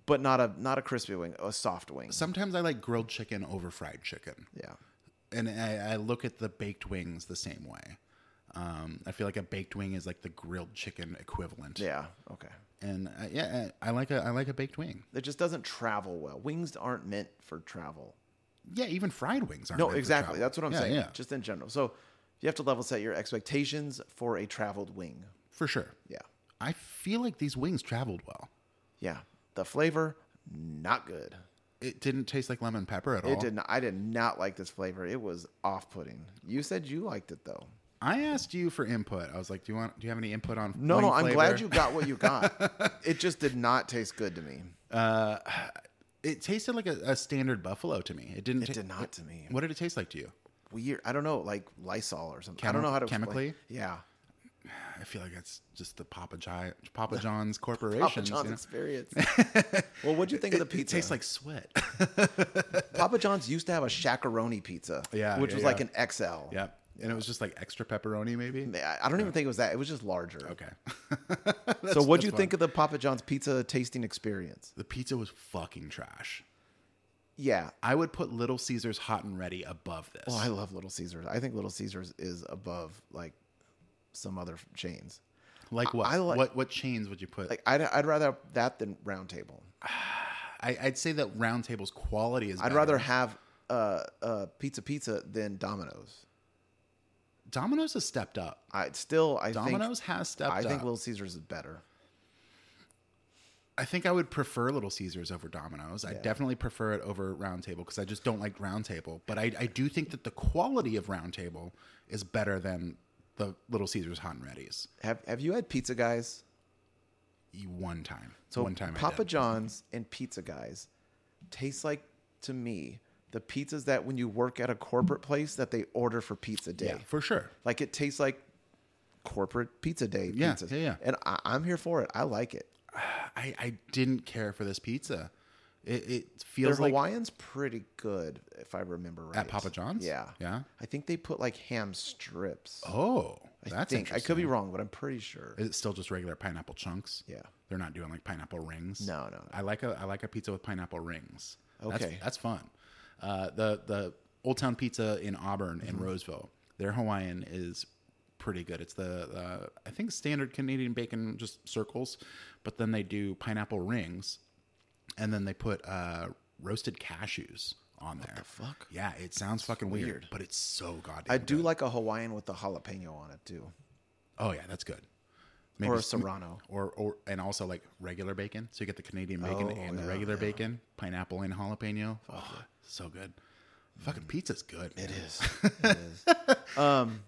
Speaker 1: But not a not a crispy wing, a soft wing.
Speaker 2: Sometimes I like grilled chicken over fried chicken,
Speaker 1: Yeah,
Speaker 2: and I, I look at the baked wings the same way. Um, I feel like a baked wing is like the grilled chicken equivalent,
Speaker 1: yeah, okay.
Speaker 2: and I, yeah, I, I like a I like a baked wing.
Speaker 1: It just doesn't travel well. Wings aren't meant for travel.
Speaker 2: Yeah, even fried wings aren't.
Speaker 1: No,
Speaker 2: meant for
Speaker 1: exactly.
Speaker 2: travel.
Speaker 1: That's what I'm
Speaker 2: Yeah,
Speaker 1: saying.
Speaker 2: Yeah,
Speaker 1: Just in general. So you have to level set your expectations for a traveled wing.
Speaker 2: for sure.
Speaker 1: Yeah.
Speaker 2: I feel like these wings traveled well.
Speaker 1: Yeah. The flavor, not good.
Speaker 2: It didn't taste like lemon pepper at all.
Speaker 1: It did not I did not like this flavor. It was off putting. You said you liked it though.
Speaker 2: I asked you for input. I was like, "Do you want? Do you have any input on?"
Speaker 1: No,
Speaker 2: wing
Speaker 1: no, I'm glad
Speaker 2: flavor?
Speaker 1: you got what you got. it just did not taste good to me.
Speaker 2: It tasted like a, a standard buffalo to me. It didn't.
Speaker 1: It
Speaker 2: ta-
Speaker 1: did not to me.
Speaker 2: What did it taste like to you?
Speaker 1: Weird. I don't know, like Lysol or something. I
Speaker 2: Chemi-
Speaker 1: don't know how to explain-
Speaker 2: chemically?
Speaker 1: Yeah.
Speaker 2: I feel like that's just the Papa, Gi- Papa John's corporation.
Speaker 1: Papa John's experience. well, what'd you think of the
Speaker 2: It
Speaker 1: pizza?
Speaker 2: tastes like sweat.
Speaker 1: Papa John's used to have a shakaroni pizza,
Speaker 2: Yeah,
Speaker 1: which
Speaker 2: yeah,
Speaker 1: was like an XL.
Speaker 2: yeah, and it was just like extra pepperoni, maybe.
Speaker 1: I I don't even think it was that. It was just larger.
Speaker 2: Okay.
Speaker 1: so, what do you think of the Papa John's pizza tasting experience?
Speaker 2: The pizza was fucking trash.
Speaker 1: Yeah.
Speaker 2: I would put Little Caesars Hot and Ready above this.
Speaker 1: Oh, I love Little Caesars. I think Little Caesars is above like some other chains.
Speaker 2: like what?
Speaker 1: I like-
Speaker 2: what? What chains would you put?
Speaker 1: Like, I'd, I'd rather have that than Round Table.
Speaker 2: I, I'd say that Round Table's quality is.
Speaker 1: I'd rather have uh, uh, Pizza Pizza than Domino's.
Speaker 2: Domino's has stepped up.
Speaker 1: I still, I
Speaker 2: Domino's
Speaker 1: think,
Speaker 2: has stepped
Speaker 1: I
Speaker 2: up.
Speaker 1: think Little Caesars is better.
Speaker 2: I think I would prefer Little Caesars over Domino's. I definitely prefer it over Round Table because I just don't like Round Table. But I, I do think that the quality of Round Table is better than the Little Caesars Hot and Ready's.
Speaker 1: Have Have you had Pizza Guys?
Speaker 2: You- One time,
Speaker 1: So
Speaker 2: one time, I
Speaker 1: Papa
Speaker 2: did.
Speaker 1: John's and Pizza Guys taste like to me the pizzas that when you work at a corporate place that they order for pizza day.
Speaker 2: yeah, for sure.
Speaker 1: Like it tastes like corporate pizza day
Speaker 2: Yeah,
Speaker 1: pizzas.
Speaker 2: yeah, yeah.
Speaker 1: And I, I'm here for it. I like it.
Speaker 2: I, I didn't care for this pizza. It, it
Speaker 1: Their
Speaker 2: feels like
Speaker 1: Hawaiian's pretty good if I remember right.
Speaker 2: at Papa John's.
Speaker 1: Yeah.
Speaker 2: yeah.
Speaker 1: I think they put like ham strips.
Speaker 2: Oh,
Speaker 1: I
Speaker 2: that's
Speaker 1: think I
Speaker 2: interesting.
Speaker 1: could be wrong, but I'm pretty sure.
Speaker 2: Is it still just regular pineapple chunks?
Speaker 1: Yeah.
Speaker 2: They're not doing like pineapple rings.
Speaker 1: No, no, no.
Speaker 2: I like a I like a pizza with pineapple rings.
Speaker 1: Okay.
Speaker 2: That's, that's fun. Uh, the the Old Town Pizza in Auburn
Speaker 1: Mm-hmm.
Speaker 2: in Roseville, their Hawaiian is pretty good. It's the uh, I think standard Canadian bacon just circles, but then they do pineapple rings, and then they put uh, roasted cashews on there.
Speaker 1: fuck?
Speaker 2: Yeah, it sounds fucking weird, but it's so goddamn.
Speaker 1: I do like a Hawaiian with the jalapeno on it too,
Speaker 2: Oh yeah, that's good. Maybe
Speaker 1: or a
Speaker 2: s-
Speaker 1: serrano.
Speaker 2: or or and also like regular bacon. So you get the Canadian bacon
Speaker 1: Oh,
Speaker 2: and the regular bacon, pineapple and jalapeno. Oh, so good. Fucking pizza's good. It
Speaker 1: is. It is. um,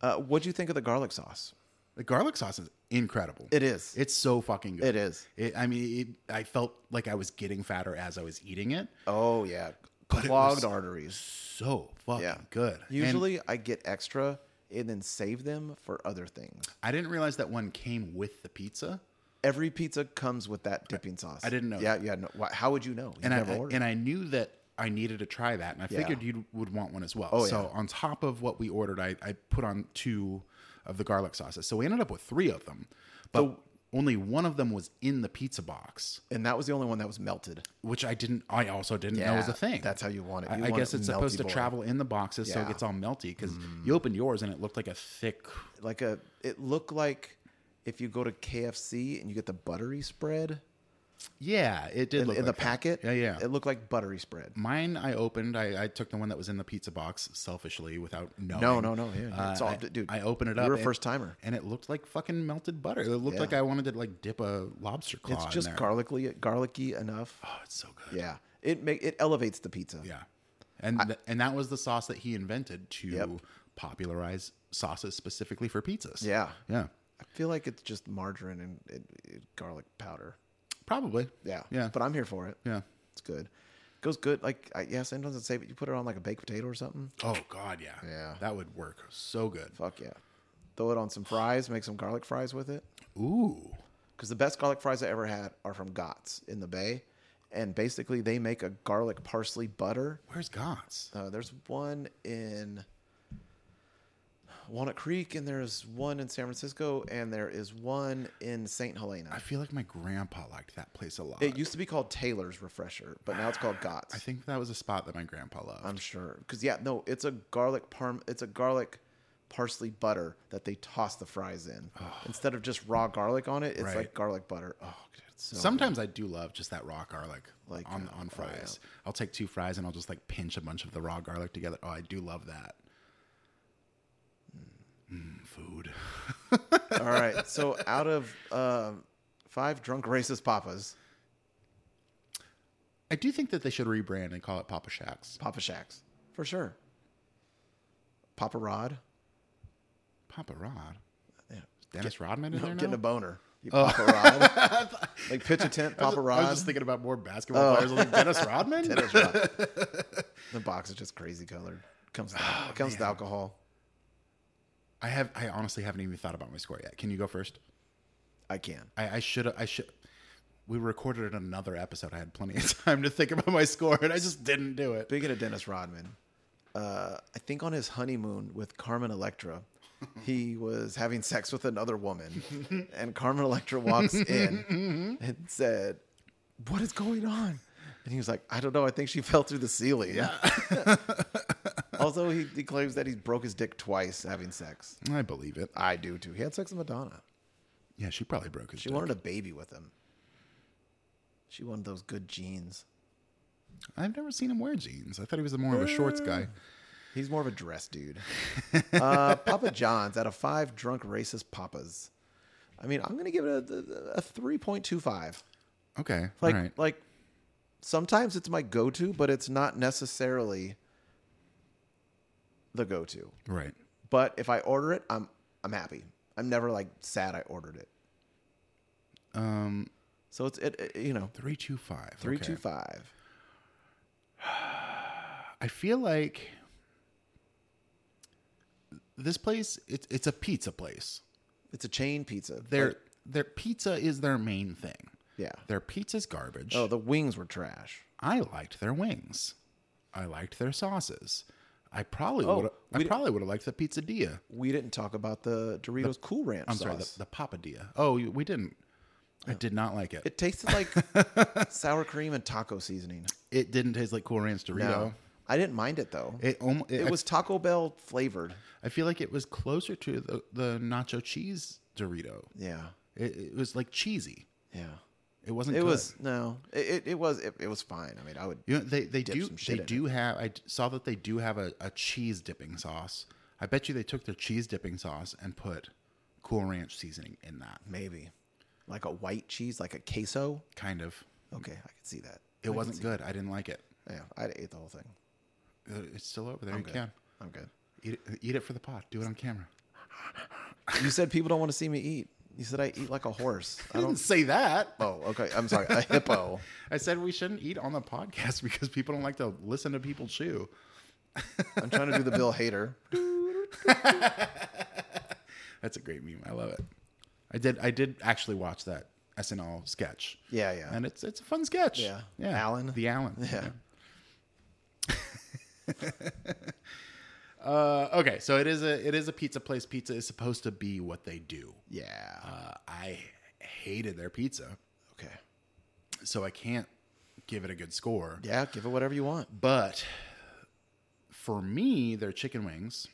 Speaker 1: uh, what do you think of the garlic sauce?
Speaker 2: The garlic sauce is incredible.
Speaker 1: It is.
Speaker 2: It's so fucking good.
Speaker 1: It is.
Speaker 2: It, I mean, it, I felt like I was getting fatter as I was eating it.
Speaker 1: oh yeah,
Speaker 2: it
Speaker 1: clogged
Speaker 2: was-
Speaker 1: arteries.
Speaker 2: So fucking
Speaker 1: Yeah,
Speaker 2: good. And
Speaker 1: Usually, I get extra and then save them for other things.
Speaker 2: I didn't realize that one came with the pizza.
Speaker 1: Every pizza comes with that dipping sauce.
Speaker 2: I didn't know
Speaker 1: Yeah,
Speaker 2: that.
Speaker 1: yeah. No, why, how would you know? You
Speaker 2: and
Speaker 1: never
Speaker 2: I
Speaker 1: ordered.
Speaker 2: and I knew that I I needed to try that, and I
Speaker 1: Yeah.
Speaker 2: figured you would want one as well.
Speaker 1: Oh,
Speaker 2: so
Speaker 1: yeah.
Speaker 2: on top of what we ordered, I, I put on two of the garlic sauces. So we ended up with three of them, but only one of them was in the pizza box,
Speaker 1: and that was the only one that was melted.
Speaker 2: which I didn't. I also didn't know was a thing.
Speaker 1: That's how you want it.
Speaker 2: I,
Speaker 1: You
Speaker 2: I
Speaker 1: want
Speaker 2: guess
Speaker 1: it
Speaker 2: it's supposed
Speaker 1: melty
Speaker 2: to
Speaker 1: boy.
Speaker 2: travel in the boxes, so it
Speaker 1: Yeah. Mm.
Speaker 2: gets all melty. Because you opened yours and it looked like a thick.
Speaker 1: like a. It looked like if you go to KFC and you get the buttery spread
Speaker 2: Yeah, it did
Speaker 1: in,
Speaker 2: look
Speaker 1: in
Speaker 2: like
Speaker 1: the
Speaker 2: that.
Speaker 1: packet.
Speaker 2: Yeah, yeah. Mm.
Speaker 1: It looked like buttery spread.
Speaker 2: Mine, I opened. I, I took the one that was in the pizza box selfishly without knowing.
Speaker 1: No, no, no. Yeah,
Speaker 2: Uh,
Speaker 1: it's all,
Speaker 2: I,
Speaker 1: dude.
Speaker 2: I opened it
Speaker 1: you
Speaker 2: up.
Speaker 1: You're a
Speaker 2: and-
Speaker 1: first timer.
Speaker 2: and it looked like fucking melted butter. It looked
Speaker 1: Yeah.
Speaker 2: like I wanted to like dip a lobster claw.
Speaker 1: It's
Speaker 2: in
Speaker 1: just
Speaker 2: there.
Speaker 1: garlicky, garlicky enough.
Speaker 2: Oh, it's so good.
Speaker 1: Yeah, it make it elevates the pizza.
Speaker 2: Yeah, and th- and that was the sauce that he invented to
Speaker 1: Yep.
Speaker 2: popularize sauces specifically for pizzas.
Speaker 1: Yeah.
Speaker 2: yeah,
Speaker 1: I feel like it's just margarine and, and, and garlic powder.
Speaker 2: probably.
Speaker 1: Yeah,
Speaker 2: yeah,
Speaker 1: But I'm here for it.
Speaker 2: yeah.
Speaker 1: It's good. Goes good. Like I, yeah, sometimes I'd save it. You put it on like a baked potato or something.
Speaker 2: Oh God, yeah,
Speaker 1: Yeah.
Speaker 2: That would work so good.
Speaker 1: Fuck yeah. Throw it on some fries. Make some garlic fries with it.
Speaker 2: Ooh,
Speaker 1: Because the best garlic fries I ever had are from Gott's in the Bay, and basically they make a garlic parsley butter.
Speaker 2: where's God's?
Speaker 1: Uh, there's one in Walnut Creek, and there's one in San Francisco, and there is one in St.
Speaker 2: I
Speaker 1: Helena.
Speaker 2: feel like my grandpa liked that place a lot.
Speaker 1: It used to be called Taylor's Refresher, but now it's called Gott's.
Speaker 2: I think that was a spot that my grandpa loved.
Speaker 1: I'm sure. Because yeah, no, it's a garlic parm. It's a garlic parsley butter that they toss the fries in instead of just raw garlic on it. It's
Speaker 2: Right.
Speaker 1: like garlic butter. Oh, dude, it's so
Speaker 2: Sometimes I do love just that raw garlic
Speaker 1: Like,
Speaker 2: on
Speaker 1: uh,
Speaker 2: on fries. I'll take two fries and I'll just like pinch a bunch of the raw garlic together. Oh, I do love that.
Speaker 1: Hmm.
Speaker 2: Mm, food.
Speaker 1: All right. So out of um five drunk racist papas,
Speaker 2: I do think that they should rebrand and call it Papa Shacks.
Speaker 1: Papa Shacks for sure. Papa Rod,
Speaker 2: Papa Rod.
Speaker 1: yeah.
Speaker 2: Dennis Rodman in there
Speaker 1: getting
Speaker 2: now?
Speaker 1: a boner. You Papa Rod, like pitch a tent, Papa
Speaker 2: Oh. I was
Speaker 1: Rod. Oh.
Speaker 2: just thinking about more basketball players. I was like, Dennis Rodman?
Speaker 1: Dennis Rod. the box is just crazy colored. Comes it comes with alcohol.
Speaker 2: I have. I honestly haven't even thought about my score yet. Can you go first?
Speaker 1: I can.
Speaker 2: I, I should. I should. We recorded another episode. I had plenty of time to think about my score, and I just didn't do it.
Speaker 1: Speaking of Dennis Rodman, uh, I think on his honeymoon with Carmen Electra, he was having sex with another woman, and Carmen Electra walks in and said, "What is going on?" And he was like, "I don't know. I think she fell through the ceiling." Yeah. also, he, he claims that he broke his dick twice having sex.
Speaker 2: I believe it.
Speaker 1: I do too. He had sex with Madonna.
Speaker 2: Yeah, she probably broke his.
Speaker 1: She
Speaker 2: dick.
Speaker 1: wanted a baby with him. She wanted those good jeans.
Speaker 2: I've never seen him wear jeans. I thought he was more of a shorts guy.
Speaker 1: Mm. He's more of a dress dude. uh, Papa John's out of five drunk racist papas. I mean, I'm gonna give it a, a, a 3.25.
Speaker 2: Okay,
Speaker 1: Like,
Speaker 2: all right.
Speaker 1: like sometimes it's my go-to, but it's not necessarily the go-to.
Speaker 2: Right.
Speaker 1: But if I order it, I'm I'm happy. I'm never like sad I ordered it.
Speaker 2: Um,
Speaker 1: So it's it, it- you know
Speaker 2: three two five.
Speaker 1: three
Speaker 2: okay.
Speaker 1: two five.
Speaker 2: I feel like this place. It's it's a pizza place.
Speaker 1: It's a chain pizza.
Speaker 2: Their
Speaker 1: Like,
Speaker 2: their pizza is their main thing.
Speaker 1: yeah.
Speaker 2: Their pizza's garbage.
Speaker 1: Oh, the wings were trash.
Speaker 2: I liked their wings. I liked their sauces. I probably
Speaker 1: Oh,
Speaker 2: would. I
Speaker 1: we-
Speaker 2: probably would have liked the pizzadilla.
Speaker 1: We didn't talk about the Doritos Cool Ranch
Speaker 2: I'm
Speaker 1: sauce. Oh.
Speaker 2: sorry, the, the papadilla. Oh, you- we didn't. I did not like it. it.
Speaker 1: It tasted like sour cream and taco seasoning.
Speaker 2: didn't taste like Cool Ranch Dorito.
Speaker 1: No, I didn't mind it though. It,
Speaker 2: It, almost, it,
Speaker 1: was
Speaker 2: was.
Speaker 1: Taco Bell flavored.
Speaker 2: I feel like it was closer to the, the nacho cheese Dorito.
Speaker 1: Yeah,
Speaker 2: It, it was like cheesy.
Speaker 1: yeah.
Speaker 2: It wasn't.
Speaker 1: It
Speaker 2: good.
Speaker 1: was no. It, it, it was it, it was fine. I mean, I would.
Speaker 2: You know, they they
Speaker 1: Dip
Speaker 2: do
Speaker 1: some shit
Speaker 2: they
Speaker 1: in
Speaker 2: do have. I d- saw that they do have a, a cheese dipping sauce. I bet you they took their cheese dipping sauce and put Cool Ranch seasoning in that.
Speaker 1: maybe like a white cheese, like a queso.
Speaker 2: Kind of.
Speaker 1: Okay, I could see that.
Speaker 2: It wasn't good. I didn't like it.
Speaker 1: Yeah, I ate the whole thing.
Speaker 2: Uh, It's still over there. you can
Speaker 1: I'm good.
Speaker 2: eat it, eat it for the pot. Do it on camera.
Speaker 1: You said people don't want to see me eat. You said I eat like a horse. I
Speaker 2: I
Speaker 1: don't.
Speaker 2: didn't say that.
Speaker 1: Oh, okay. I'm sorry. A hippo.
Speaker 2: I said we shouldn't eat on the podcast because people don't like to listen to people chew.
Speaker 1: I'm trying to do the Bill Hader.
Speaker 2: That's a great meme. I love it. I did. I did actually watch that SNL sketch.
Speaker 1: Yeah, yeah.
Speaker 2: and it's it's a fun sketch.
Speaker 1: Yeah.
Speaker 2: yeah.
Speaker 1: Alan?
Speaker 2: the Allen.
Speaker 1: Yeah.
Speaker 2: Uh, okay, so it is a it is a pizza place. Pizza is supposed to be what they do.
Speaker 1: Yeah.
Speaker 2: Uh, I hated their pizza,
Speaker 1: Okay.
Speaker 2: so I can't give it a good score.
Speaker 1: Yeah, give it whatever you want.
Speaker 2: But for me, their chicken wings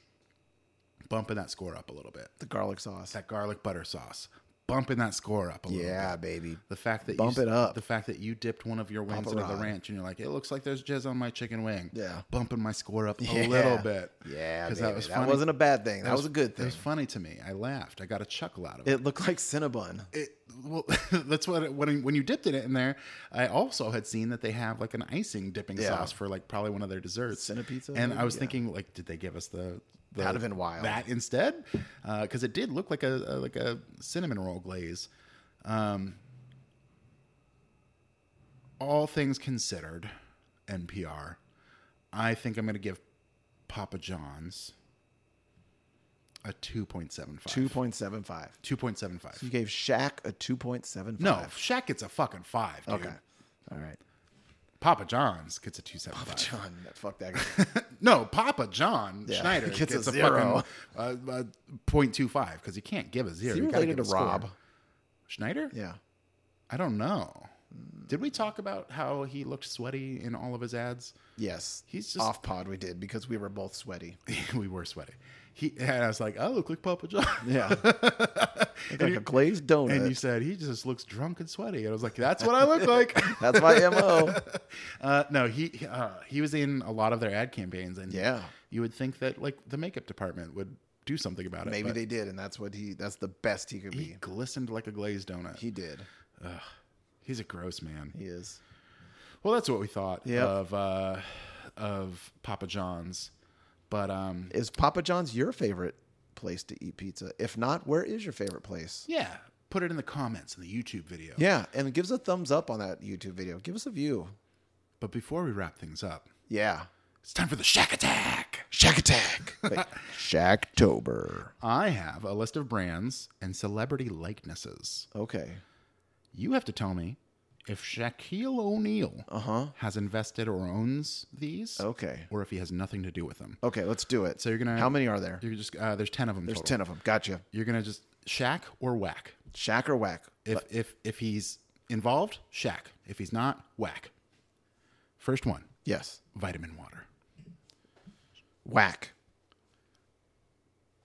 Speaker 2: bumping that score up a little bit.
Speaker 1: The garlic sauce.
Speaker 2: That garlic butter sauce bumping that score up a little bit.
Speaker 1: Yeah, baby.
Speaker 2: The fact that
Speaker 1: Bump
Speaker 2: you,
Speaker 1: it up.
Speaker 2: The fact that you dipped one of your wings
Speaker 1: it
Speaker 2: into the
Speaker 1: up.
Speaker 2: ranch, and you're like, it looks like there's jizz on my chicken wing.
Speaker 1: Yeah.
Speaker 2: bumping my score up a
Speaker 1: Yeah.
Speaker 2: little bit.
Speaker 1: Yeah,
Speaker 2: 'Cause
Speaker 1: baby.
Speaker 2: that
Speaker 1: That,
Speaker 2: was
Speaker 1: was
Speaker 2: funny.
Speaker 1: not a bad thing. That, was, a good
Speaker 2: It
Speaker 1: thing.
Speaker 2: was funny to me. I laughed. I got a chuckle out of it.
Speaker 1: It looked like Cinnabon.
Speaker 2: it well, that's what when I, when you dipped it in there. I also had seen that they have like an icing dipping
Speaker 1: Yeah.
Speaker 2: sauce for like probably one of their desserts,
Speaker 1: Cinnapizza,
Speaker 2: And
Speaker 1: maybe?
Speaker 2: I was
Speaker 1: Yeah.
Speaker 2: thinking, like, did they give us the, the
Speaker 1: That'd have been wild.
Speaker 2: that instead? Because it did look like a, a like a cinnamon roll glaze. Um, all things considered, NPR, I think I'm going to give Papa John's a two point seven five.
Speaker 1: 2.75.
Speaker 2: Two point seven five.
Speaker 1: You gave Shaq a 2.75.
Speaker 2: No, Shaq gets a fucking five, dude.
Speaker 1: Okay. All right.
Speaker 2: Papa John's gets a two seven five.
Speaker 1: John, fuck that guy.
Speaker 2: No, Papa John
Speaker 1: Yeah,
Speaker 2: Schneider
Speaker 1: gets
Speaker 2: gets,
Speaker 1: a
Speaker 2: a,
Speaker 1: zero.
Speaker 2: fucking uh, uh, point two five because he can't give a zero.
Speaker 1: Is he
Speaker 2: You gotta
Speaker 1: related
Speaker 2: give
Speaker 1: to
Speaker 2: a score.
Speaker 1: Rob?
Speaker 2: Schneider?
Speaker 1: yeah.
Speaker 2: I don't know. Did we talk about how he looked sweaty in all of his ads?
Speaker 1: Yes.
Speaker 2: He's just-
Speaker 1: off pod we did because we were both sweaty.
Speaker 2: we were sweaty. He and I was like, I look like Papa John.
Speaker 1: Yeah. like
Speaker 2: you-
Speaker 1: a glazed donut.
Speaker 2: And you said he just looks drunk and sweaty, and I was like, "That's what I look like."
Speaker 1: That's my MO.
Speaker 2: Uh, no, he uh, he was in a lot of their ad campaigns, and
Speaker 1: Yeah.
Speaker 2: you would think that like the makeup department would do something about it.
Speaker 1: Maybe
Speaker 2: but
Speaker 1: they did, and that's what he that's the best he could
Speaker 2: He
Speaker 1: be.
Speaker 2: glistened like a glazed donut.
Speaker 1: He did.
Speaker 2: He's a gross man.
Speaker 1: He is.
Speaker 2: Well, that's what we thought
Speaker 1: Yep.
Speaker 2: of uh, of Papa John's, but um,
Speaker 1: Is Papa John's your favorite place to eat pizza? If not, where is your favorite place?
Speaker 2: yeah, put it in the comments in the YouTube video.
Speaker 1: Yeah, and give us a thumbs up on that YouTube video. Give us a view.
Speaker 2: But before we wrap things up,
Speaker 1: Yeah.
Speaker 2: it's time for the Shack Attack.
Speaker 1: Shack Attack. Wait, Shacktober.
Speaker 2: I have a list of brands and celebrity likenesses.
Speaker 1: Okay.
Speaker 2: You have to tell me if Shaquille O'Neal
Speaker 1: Uh-huh.
Speaker 2: has invested or owns these,
Speaker 1: Okay.
Speaker 2: or if he has nothing to do with them.
Speaker 1: Okay, let's do it.
Speaker 2: So you're gonna
Speaker 1: How many are there?
Speaker 2: You're just uh, there's ten of them.
Speaker 1: There's 10 of them. Gotcha.
Speaker 2: You're gonna just Shaq or whack.
Speaker 1: Shack or whack?
Speaker 2: If if if he's involved, Shaq. If he's not, whack. First one,
Speaker 1: Yes.
Speaker 2: vitamin water.
Speaker 1: Whack.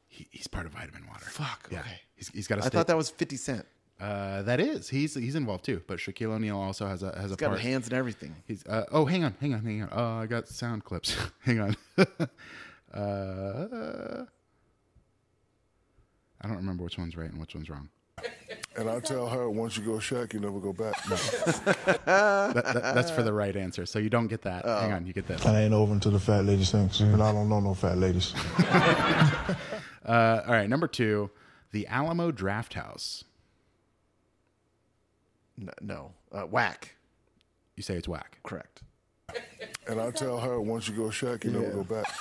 Speaker 2: He, he's part of vitamin water.
Speaker 1: Fuck,
Speaker 2: Yeah.
Speaker 1: okay.
Speaker 2: He's, he's got a.
Speaker 1: I
Speaker 2: stake.
Speaker 1: thought that was 50 Cent.
Speaker 2: uh, that is. He's he's involved too. But Shaquille O'Neal also has a has a
Speaker 1: Got
Speaker 2: part.
Speaker 1: hands and everything.
Speaker 2: He's uh, oh, hang on, hang on, hang on. Oh, I got sound clips. hang on. uh, I don't remember which one's right and which one's wrong.
Speaker 4: And I tell her, once you go Shaq, you never go back. No.
Speaker 2: That, that- that's for the right answer. So you don't get that. Hang
Speaker 1: Oh.
Speaker 2: on, you get this.
Speaker 4: I ain't over until the fat ladies things, but I don't know no fat ladies.
Speaker 2: Uh, all right, number two, the Alamo Draft House.
Speaker 1: No. no. Uh, whack.
Speaker 2: You say it's whack.
Speaker 1: Correct.
Speaker 4: And I tell her, once you go Shaq, you never go back.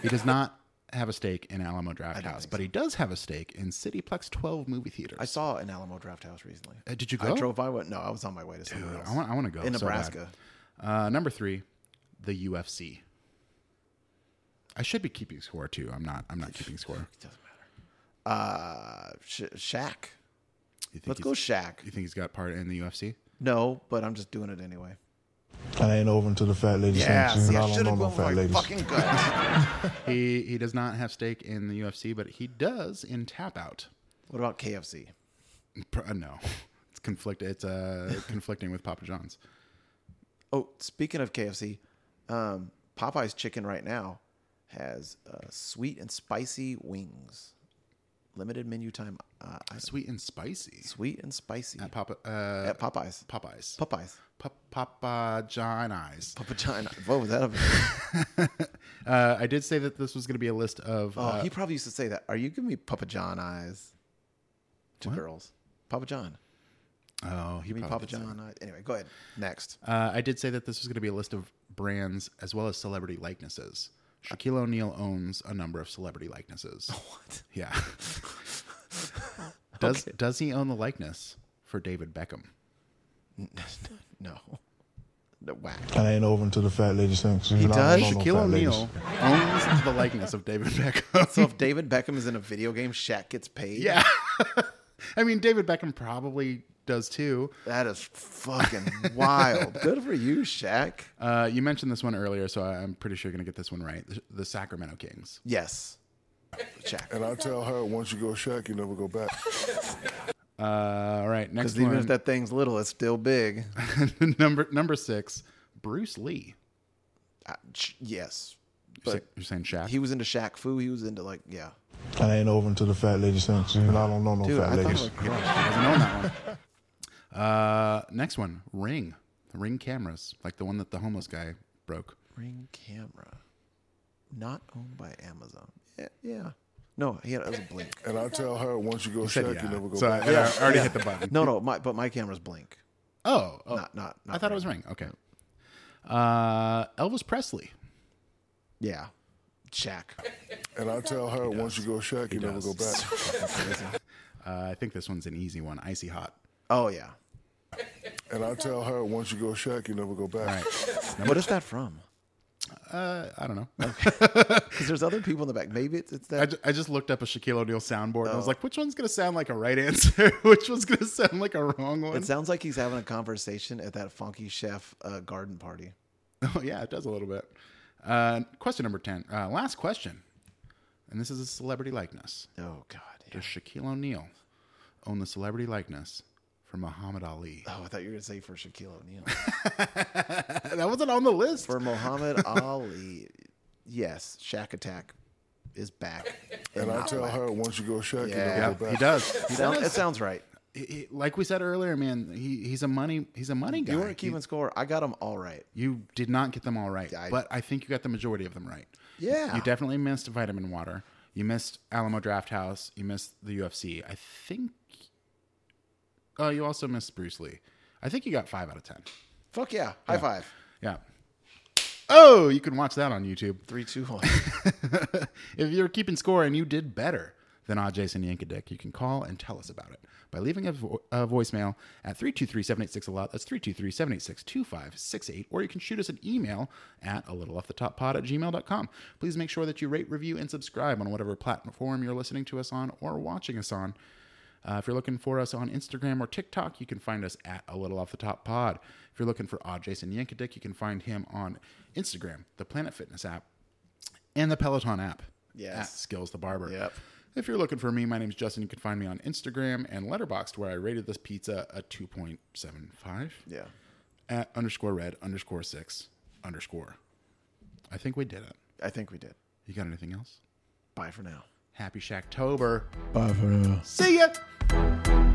Speaker 2: He does not have a stake in Alamo Draft
Speaker 1: don't
Speaker 2: House,
Speaker 1: think
Speaker 2: but he does have a stake in Cityplex 12 movie theaters.
Speaker 1: I saw an Alamo Draft House recently.
Speaker 2: Uh, did you
Speaker 1: I
Speaker 2: go?
Speaker 1: drove by one. No, I was on my way to somewhere else.
Speaker 2: I want. I want to go
Speaker 1: In
Speaker 2: so bad.
Speaker 1: Nebraska.
Speaker 2: Uh, number three, the UFC. I should be keeping score too. I'm not. I'm not keeping score.
Speaker 1: Doesn't matter. Uh, Sh- Shaq.
Speaker 2: You think
Speaker 1: Let's go
Speaker 2: he's-
Speaker 1: Shaq.
Speaker 2: You think he's got part in the UFC?
Speaker 1: No, but I'm just doing it anyway.
Speaker 4: I ain't over until the fat ladies
Speaker 1: Yeah,
Speaker 4: things,
Speaker 1: see,
Speaker 4: but
Speaker 1: I
Speaker 4: I
Speaker 1: should
Speaker 4: don't know
Speaker 1: have
Speaker 4: no
Speaker 1: gone with
Speaker 4: fat
Speaker 1: my
Speaker 4: ladies.
Speaker 1: fucking gut.
Speaker 2: He he does not have stake in the UFC, but he does in Tap Out.
Speaker 1: what about KFC?
Speaker 2: Pr- uh, no, it's conflict. It's uh conflicting with Papa John's.
Speaker 1: Oh, speaking of KFC, um, Popeye's chicken right now has uh, sweet and spicy wings. Limited menu time. Uh, item.
Speaker 2: Sweet and spicy.
Speaker 1: sweet and spicy at,
Speaker 2: Papa uh,
Speaker 1: Popeye's.
Speaker 2: Popeyes.
Speaker 1: Popeye's.
Speaker 2: Pa- Papa John eyes.
Speaker 1: Papa John. What was that? About?
Speaker 2: Uh, I did say that this was going to be a list of.
Speaker 1: Oh,
Speaker 2: uh,
Speaker 1: he probably used to say that. Are you giving me Papa John eyes to girls? Papa John.
Speaker 2: oh, he
Speaker 1: Give me Papa
Speaker 2: probably did say
Speaker 1: John eyes. Anyway, go ahead. Next.
Speaker 2: Uh, I did say that this was going to be a list of brands as well as celebrity likenesses. Shaquille O'Neal owns a number of celebrity likenesses.
Speaker 1: Oh.
Speaker 2: What? Yeah. does Does he own the likeness for David Beckham?
Speaker 1: no. whack.
Speaker 5: I ain't over until the fat lady sings. He
Speaker 1: does?
Speaker 2: Shaquille O'Neal owns the likeness of David Beckham.
Speaker 1: So if David Beckham is in a video game, Shaq gets paid.
Speaker 2: yeah. I mean, David Beckham probably does too.
Speaker 1: That is fucking wild. Good for you, Shaq.
Speaker 2: Uh, you mentioned this one earlier, so I- I'm pretty sure you're going to get this one right. The, the Sacramento Kings.
Speaker 1: Yes. Shaq.
Speaker 4: And I tell her once you go Shaq, you never go back.
Speaker 2: Uh, all right, next
Speaker 1: Because even
Speaker 2: one.
Speaker 1: if that thing's little, it's still big.
Speaker 2: number number six, Bruce Lee.
Speaker 1: Uh, sh- yes.
Speaker 2: You're,
Speaker 1: But
Speaker 2: say- you're saying Shaq.
Speaker 1: he was into Shaq Fu. He was into like, yeah.
Speaker 5: I ain't over until the fat lady sings. And I don't know no
Speaker 1: Dude,
Speaker 5: fat
Speaker 1: I thought
Speaker 5: ladies.
Speaker 1: it was
Speaker 2: He doesn't own that one. Uh, next one, Ring. Ring cameras, like the one that the homeless guy broke.
Speaker 1: Ring camera. Not owned by Amazon. Yeah. yeah. No, he had, it was a blink.
Speaker 4: And I tell her once you go Shaq, you never go
Speaker 2: So I,
Speaker 4: back.
Speaker 2: I already hit the button.
Speaker 1: No, no, my, but my camera's blink.
Speaker 2: Oh, oh
Speaker 1: Not, not, not
Speaker 2: I thought it was Ring. Okay. Uh, Elvis Presley.
Speaker 1: Yeah. Shaq.
Speaker 4: And I tell her once you go Shaq, you never
Speaker 2: does.
Speaker 4: go back.
Speaker 2: Uh, I think this one's an easy one. Icy Hot.
Speaker 1: Oh yeah.
Speaker 4: And I tell her once you go Shaq, you never go back.
Speaker 1: What is that from?
Speaker 2: Uh, I don't know.
Speaker 1: Because there's other people in the back. Maybe it's, it's
Speaker 2: I,
Speaker 1: that.
Speaker 2: ju- I just looked up a Shaquille O'Neal soundboard and I was
Speaker 4: Oh.
Speaker 2: like, which one's going to sound like a right answer? which one's going to sound like a wrong one?
Speaker 1: It sounds like he's having a conversation at that funky chef uh, garden party.
Speaker 2: Oh yeah, it does a little bit. Uh, question number ten. Uh, last question, and this is a celebrity likeness.
Speaker 1: Oh god. yeah.
Speaker 2: Does Shaquille O'Neal own the celebrity likeness for Muhammad Ali?
Speaker 1: Oh, I thought you were gonna say for Shaquille O'Neal.
Speaker 2: that wasn't on the list.
Speaker 1: for Muhammad Ali, yes, Shaq Attack is back.
Speaker 4: And I
Speaker 1: not
Speaker 4: tell
Speaker 1: whack.
Speaker 4: her once you go Shaq,
Speaker 1: Yeah.
Speaker 4: you
Speaker 2: yeah,
Speaker 4: never go
Speaker 2: he
Speaker 4: back.
Speaker 2: does. He
Speaker 1: Sound- it
Speaker 2: does.
Speaker 1: sounds right.
Speaker 2: He- he- like we said earlier, man, he, he's a money he's a money guy.
Speaker 1: You weren't keeping score. I got them all right.
Speaker 2: You did not get them all right,
Speaker 1: I-
Speaker 2: but I think you got the majority of them right.
Speaker 1: Yeah.
Speaker 2: You definitely missed Vitamin Water. You missed Alamo Draft House. You missed the UFC. I think. Oh, you also missed Bruce Lee. I think you got five out of ten.
Speaker 1: Fuck yeah! High five.
Speaker 2: Yeah. Oh, you can watch that on YouTube.
Speaker 1: Three, two, one.
Speaker 2: if you're keeping score and you did better than Odd Jason Yankadick, you can call and tell us about it by leaving a, vo- a voicemail at 323 786 a lot. That's 323 786 2568. Or you can shoot us an email at a little off the top pod at gmail.com. Please make sure that you rate, review, and subscribe on whatever platform you're listening to us on or watching us on. Uh, if you're looking for us on Instagram or TikTok, you can find us at a little off the top pod. If you're looking for Odd Jason Yankadick, you can find him on Instagram, the Planet Fitness app, and the Peloton app.
Speaker 1: Yes.
Speaker 2: At Skills the Barber.
Speaker 1: Yep.
Speaker 2: If you're looking for me, my name's Justin. You can find me on Instagram and Letterboxd, where I rated this pizza a 2.75
Speaker 1: yeah.
Speaker 2: at underscore red underscore six underscore. I think we did it.
Speaker 1: I think we did.
Speaker 2: You got anything else?
Speaker 1: Bye for now.
Speaker 2: Happy Shacktober.
Speaker 3: uh, Bye for now.
Speaker 2: See ya.